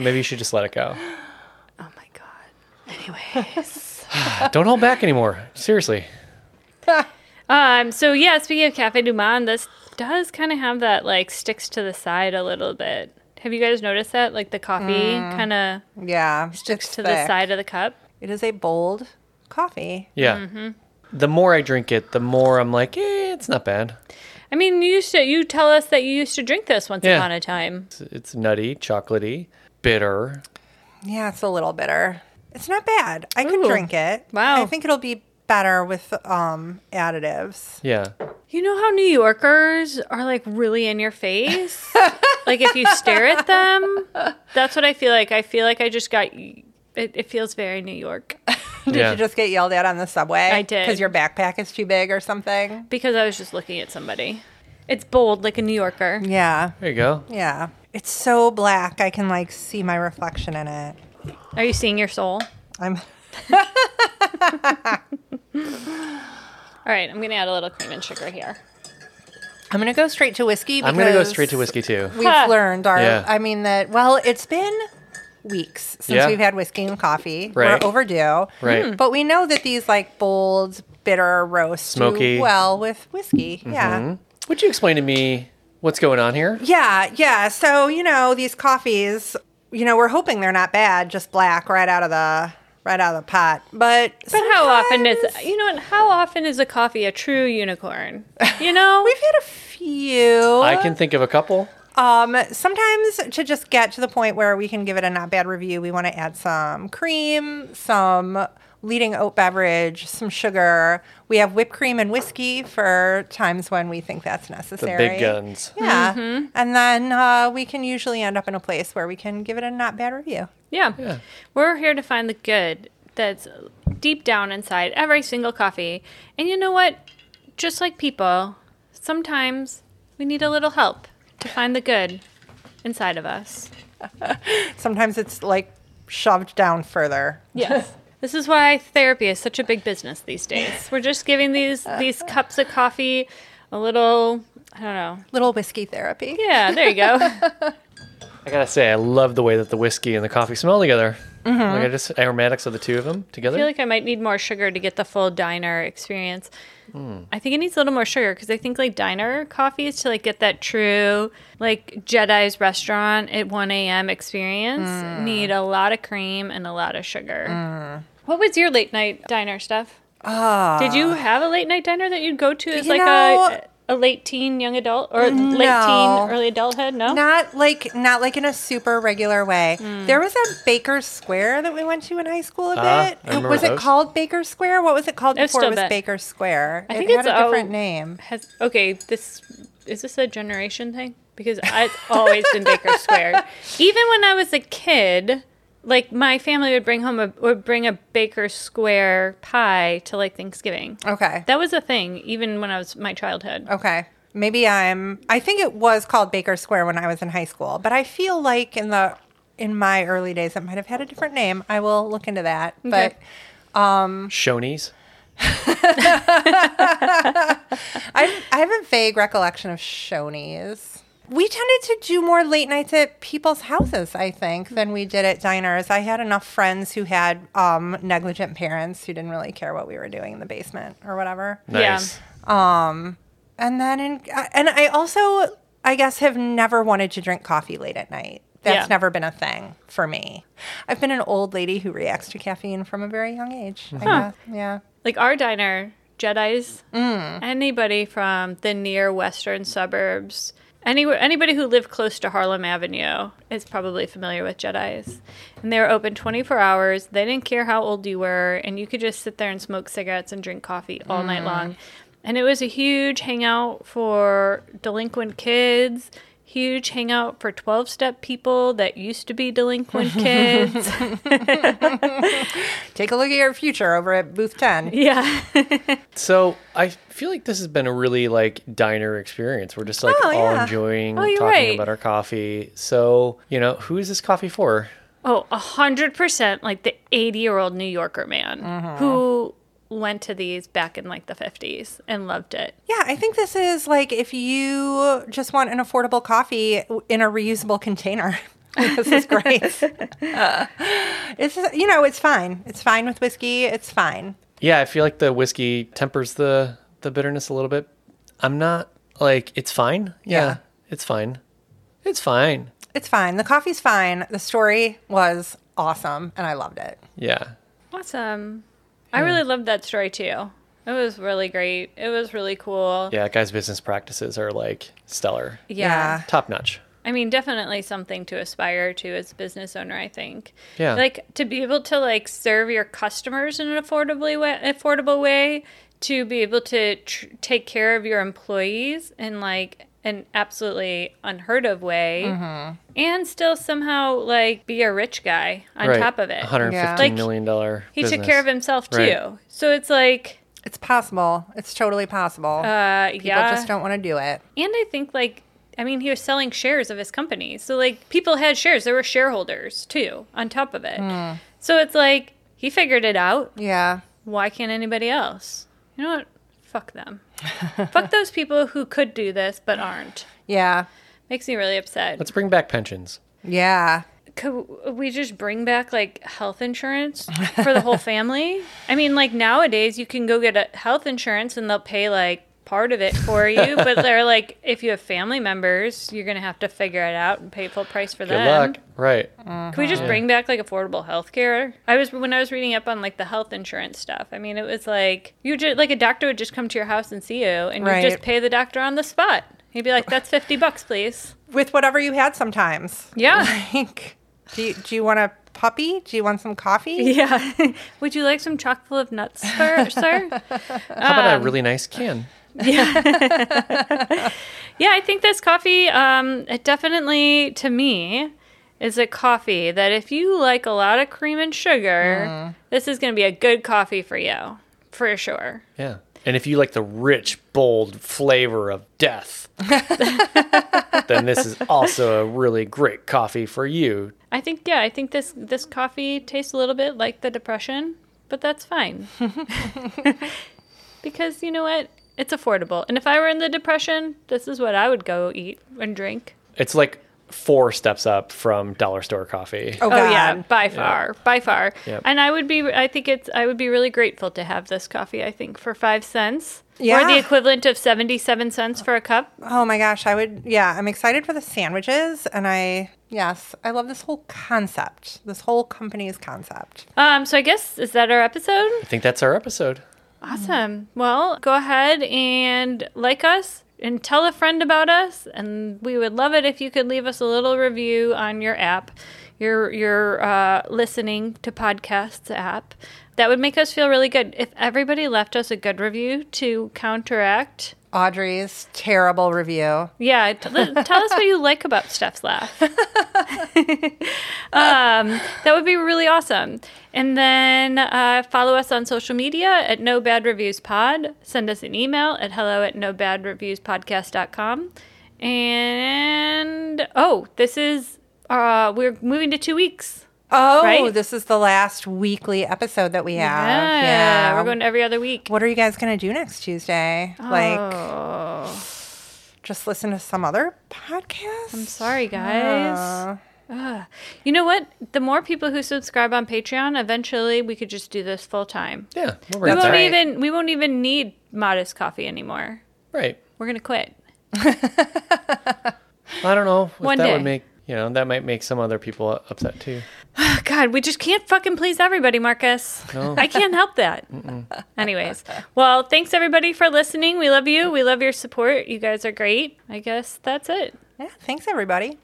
A: maybe you should just let it go.
B: Oh my god. Anyways.
A: Don't hold back anymore. Seriously.
B: Um, so yeah, speaking of Cafe Du Monde, this does kind of have that like sticks to the side a little bit. Have you guys noticed that? Like the coffee kind of
C: Yeah.
B: sticks
C: it's
B: to the
C: thick.
B: side of the cup.
C: It is a bold coffee.
A: Yeah.
B: Mm-hmm.
A: the more I drink it, the more I'm like, eh, it's not bad.
B: I mean, you used to you tell us that you used to drink this once
A: Yeah.
B: upon a time.
A: It's, it's nutty, chocolatey, bitter.
C: Yeah, it's a little bitter. It's not bad. I could
B: Ooh.
C: drink it.
B: Wow.
C: I think it'll be better with um additives.
A: Yeah.
B: You know how New Yorkers are like really in your face? like if you stare at them, that's what I feel like. I feel like I just got it, it feels very New York.
C: Did
A: yeah.
C: you just get yelled at on the subway?
B: I did.
C: Because your backpack is too big or something.
B: because I was just looking at somebody. It's bold like a New Yorker.
C: Yeah.
A: there you go.
C: Yeah. It's so black. I can like see my reflection in it.
B: Are you seeing your soul?
C: I'm
B: All right, I'm going to add a little cream and sugar here.
C: I'm gonna go straight to whiskey. Because
A: I'm gonna go straight to whiskey too.
C: We've
B: Huh.
C: learned our.
A: Yeah.
C: I mean that. Well, it's been weeks since
A: Yeah.
C: we've had whiskey and coffee.
A: Right.
C: We're overdue.
A: Right. Hmm.
C: But we know that these like bold, bitter roasts
A: Smoky. Mm-hmm.
C: do well with whiskey. Yeah.
A: Would you explain to me what's going on here?
C: Yeah, yeah. So, you know, these coffees, you know, we're hoping they're not bad, just black right out of the right out of the pot. But
B: But how often is you know what, how often is a coffee a true unicorn? You know?
C: We've had a few.
A: I can think of a couple.
C: Um, sometimes to just get to the point where we can give it a not bad review, we want to add some cream, some leading oat beverage, some sugar. We have whipped cream and whiskey for times when we think that's
A: The
C: necessary.
A: big uh, guns.
C: Yeah.
B: Mm-hmm.
C: And then uh, we can usually end up in a place where we can give it a not bad review.
B: Yeah. We're here to find the good that's deep down inside every single coffee. And you know what? Just like people, sometimes we need a little help to find the good inside of us.
C: Sometimes it's like shoved down further.
B: Yes. this is why therapy is such a big business these days. We're just giving these these cups of coffee a little I don't know.
C: Little whiskey therapy.
B: Yeah, there you go.
A: I gotta say, I love the way that the whiskey and the coffee smell together. Like I just aromatics of the two of them together.
B: I feel like I might need more sugar to get the full diner experience. I think it needs a little more sugar because I think like diner coffees to like get that true like Jedi's restaurant at 1 a.m. experience need a lot of cream and a lot of sugar. What was your late night diner stuff?
C: Ah.
B: Did you have a late night diner that you'd go to as
C: Uh, You
B: like
C: know- Mm,
B: a a late teen young adult or late
C: No.
B: teen early adulthood? No.
C: Not like not like in a super regular way.
B: Mm.
C: There was a Baker Square that we went to in high school a bit.
A: Ah, I remember
C: was it
A: those.
C: called Baker Square? What was it called
B: It was
C: before
B: still
C: it was
B: that-
C: Baker Square?
B: I
C: it
B: think
C: had
B: it's
C: a different
B: all-
C: name.
B: Has okay, this is this a generation thing? Because I've always been Baker Square. Even when I was a kid, like my family would bring home a would bring a Baker Square pie to like Thanksgiving.
C: Okay.
B: That was a thing, even when I was my childhood.
C: okay. Maybe I'm I think it was called Baker Square when I was in high school, but I feel like in the in my early days it might have had a different name. I will look into that. But
A: Shoney's.
C: I, I have a vague recollection of Shoney's. We tended to do more late nights at people's houses, I think, than we did at diners. I had enough friends who had um, negligent parents who didn't really care what we were doing in the basement or whatever.
A: Nice.
C: And then, in, uh, and I also, I guess, have never wanted to drink coffee late at night. That's
B: Yeah.
C: never been a thing for me. I've been an old lady who reacts to caffeine from a very young age. I guess. Yeah.
B: Like our diner, Jedi's, anybody from the near western suburbs, anywhere, anybody who lived close to Harlem Avenue is probably familiar with Jedi's. And they were open 24 hours. They didn't care how old you were, and you could just sit there and smoke cigarettes and drink coffee all night long. And it was a huge hangout for delinquent kids. Huge hangout for 12 step people that used to be delinquent kids.
C: Take a look at your future over at Booth 10.
B: yeah.
A: So I feel like this has been a really like diner experience. We're just like
C: Oh,
A: all
C: yeah.
A: enjoying
B: Oh, you're
A: talking
B: right.
A: about our coffee. So you know, who is this coffee for?
B: Oh, a hundred percent like the eighty year old New Yorker man who went to these back in like the fifties and loved it.
C: Yeah, I think this is like if you just want an affordable coffee in a reusable container. this is great. it's you know, it's fine. It's fine with whiskey. It's fine.
A: Yeah, I feel like the whiskey tempers the the bitterness a little bit. I'm not like it's fine. Yeah,
C: Yeah.
A: it's fine. It's fine.
C: It's fine. The coffee's fine. The story was awesome and I loved it.
A: Yeah.
B: Awesome. I really loved that story too. It was really great. It was really cool.
A: Yeah, that guy's business practices are like stellar,
B: yeah.
A: top notch.
B: I mean, definitely something to aspire to as a business owner. I think.
A: Yeah.
B: Like to be able to like serve your customers in an affordably way, affordable way, to be able to tr- take care of your employees in like an absolutely unheard of way,
A: Mm-hmm.
B: and still somehow like be a rich guy on
A: Right.
B: top of it.
A: one hundred
C: Yeah.
A: fifteen
B: Like,
A: million dollar.
B: He took care of himself too.
A: Right.
B: So it's like,
C: It's possible. It's totally possible.
B: uh,
C: People
B: yeah.
C: just don't want to do it.
B: And I think like I mean he was selling shares of his company. So like people had shares. There were shareholders too on top of it. So it's like he figured it out.
C: Yeah.
B: Why can't anybody else? You know what? Fuck them. Fuck those people who could do this but aren't.
C: Yeah.
B: Makes me really upset.
A: Let's bring back pensions.
C: Yeah.
B: Could we just bring back like health insurance for the whole family? I mean, like nowadays you can go get a health insurance and they'll pay like part of it for you, but they're like, if you have family members, you're gonna have to figure it out and pay full price for
A: Good
B: them.
A: luck. Right.
B: Can we just bring back like affordable health care? I was when I was reading up on like the health insurance stuff. I mean, it was like you just like a doctor would just come to your house and see you, and
C: Right.
B: you just pay the doctor on the spot. He'd be like, "That's fifty bucks, please."
C: With whatever you had sometimes.
B: Yeah.
C: Like, do you, do you want a puppy? Do you want some coffee?
B: Yeah. Would you like some chock full of nuts, sir? sir?
A: How about a
B: Um,
A: really nice can?
B: Yeah, I think this coffee, um, it definitely to me is a coffee that if you like a lot of cream and sugar, this is going to be a good coffee for you, for sure.
A: Yeah. And if you like the rich, bold flavor of death, then this is also a really great coffee for you.
B: I think yeah, I think this this coffee tastes a little bit like the depression, but that's fine. because you know what? It's affordable. And if I were in the depression, this is what I would go eat and drink.
A: It's like four steps up from dollar store coffee.
C: Oh,
B: Oh
C: God.
B: yeah, by far, by far.
A: Yep.
B: And I would be, I think it's, I would be really grateful to have this coffee. I think for five cents, or
C: Yeah.
B: the equivalent of seventy-seven cents for a cup.
C: Oh my gosh, I would. Yeah, I'm excited for the sandwiches, and I yes, I love this whole concept, this whole company's concept.
B: Um, so I guess is that our episode?
A: I think that's our episode.
B: Awesome. Well, go ahead and like us. And tell a friend about us, and we would love it if you could leave us a little review on your app, your your uh, listening to podcasts app. That would make us feel really good. If everybody left us a good review to counteract
C: Audrey's terrible review.
B: Yeah, t- l- tell us what you like about Steph's laugh. um, that would be really awesome. And then uh, follow us on social media at No Bad Reviews Pod. Send us an email at hello at no bad reviews podcast.com. And oh, this is, uh, we're moving to two weeks.
C: Oh,
B: Right?
C: this is the last weekly episode that we have. Uh, Yeah,
B: We're going every other week.
C: what are you guys gonna do next Tuesday? Like,
B: oh,
C: just listen to some other podcast?
B: I'm sorry, guys. Ugh. You know what? The more people who subscribe on Patreon, eventually we could just do this full time.
A: Yeah. We'll
B: We
A: wrap
B: won't
A: that.
C: right.
B: even we won't even need modest coffee anymore.
A: Right.
B: We're gonna quit.
A: I don't know if
B: One
A: that
B: day.
A: would make, you know, that might make some other people upset too.
B: Oh, God, we just can't fucking please everybody, Marcus.
A: No.
B: I can't help that. Anyways, well, thanks everybody for listening. We love you. We love your support. You guys are great. I guess that's it.
C: yeah, thanks everybody.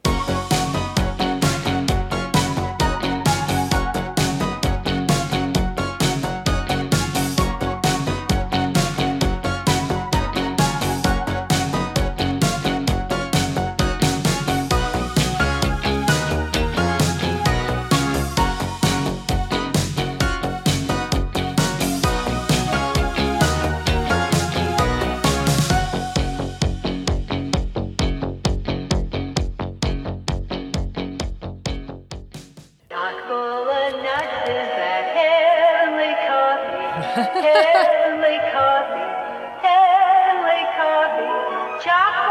D: Chock full of nuts is that heavenly coffee. heavenly coffee. Heavenly coffee. Chock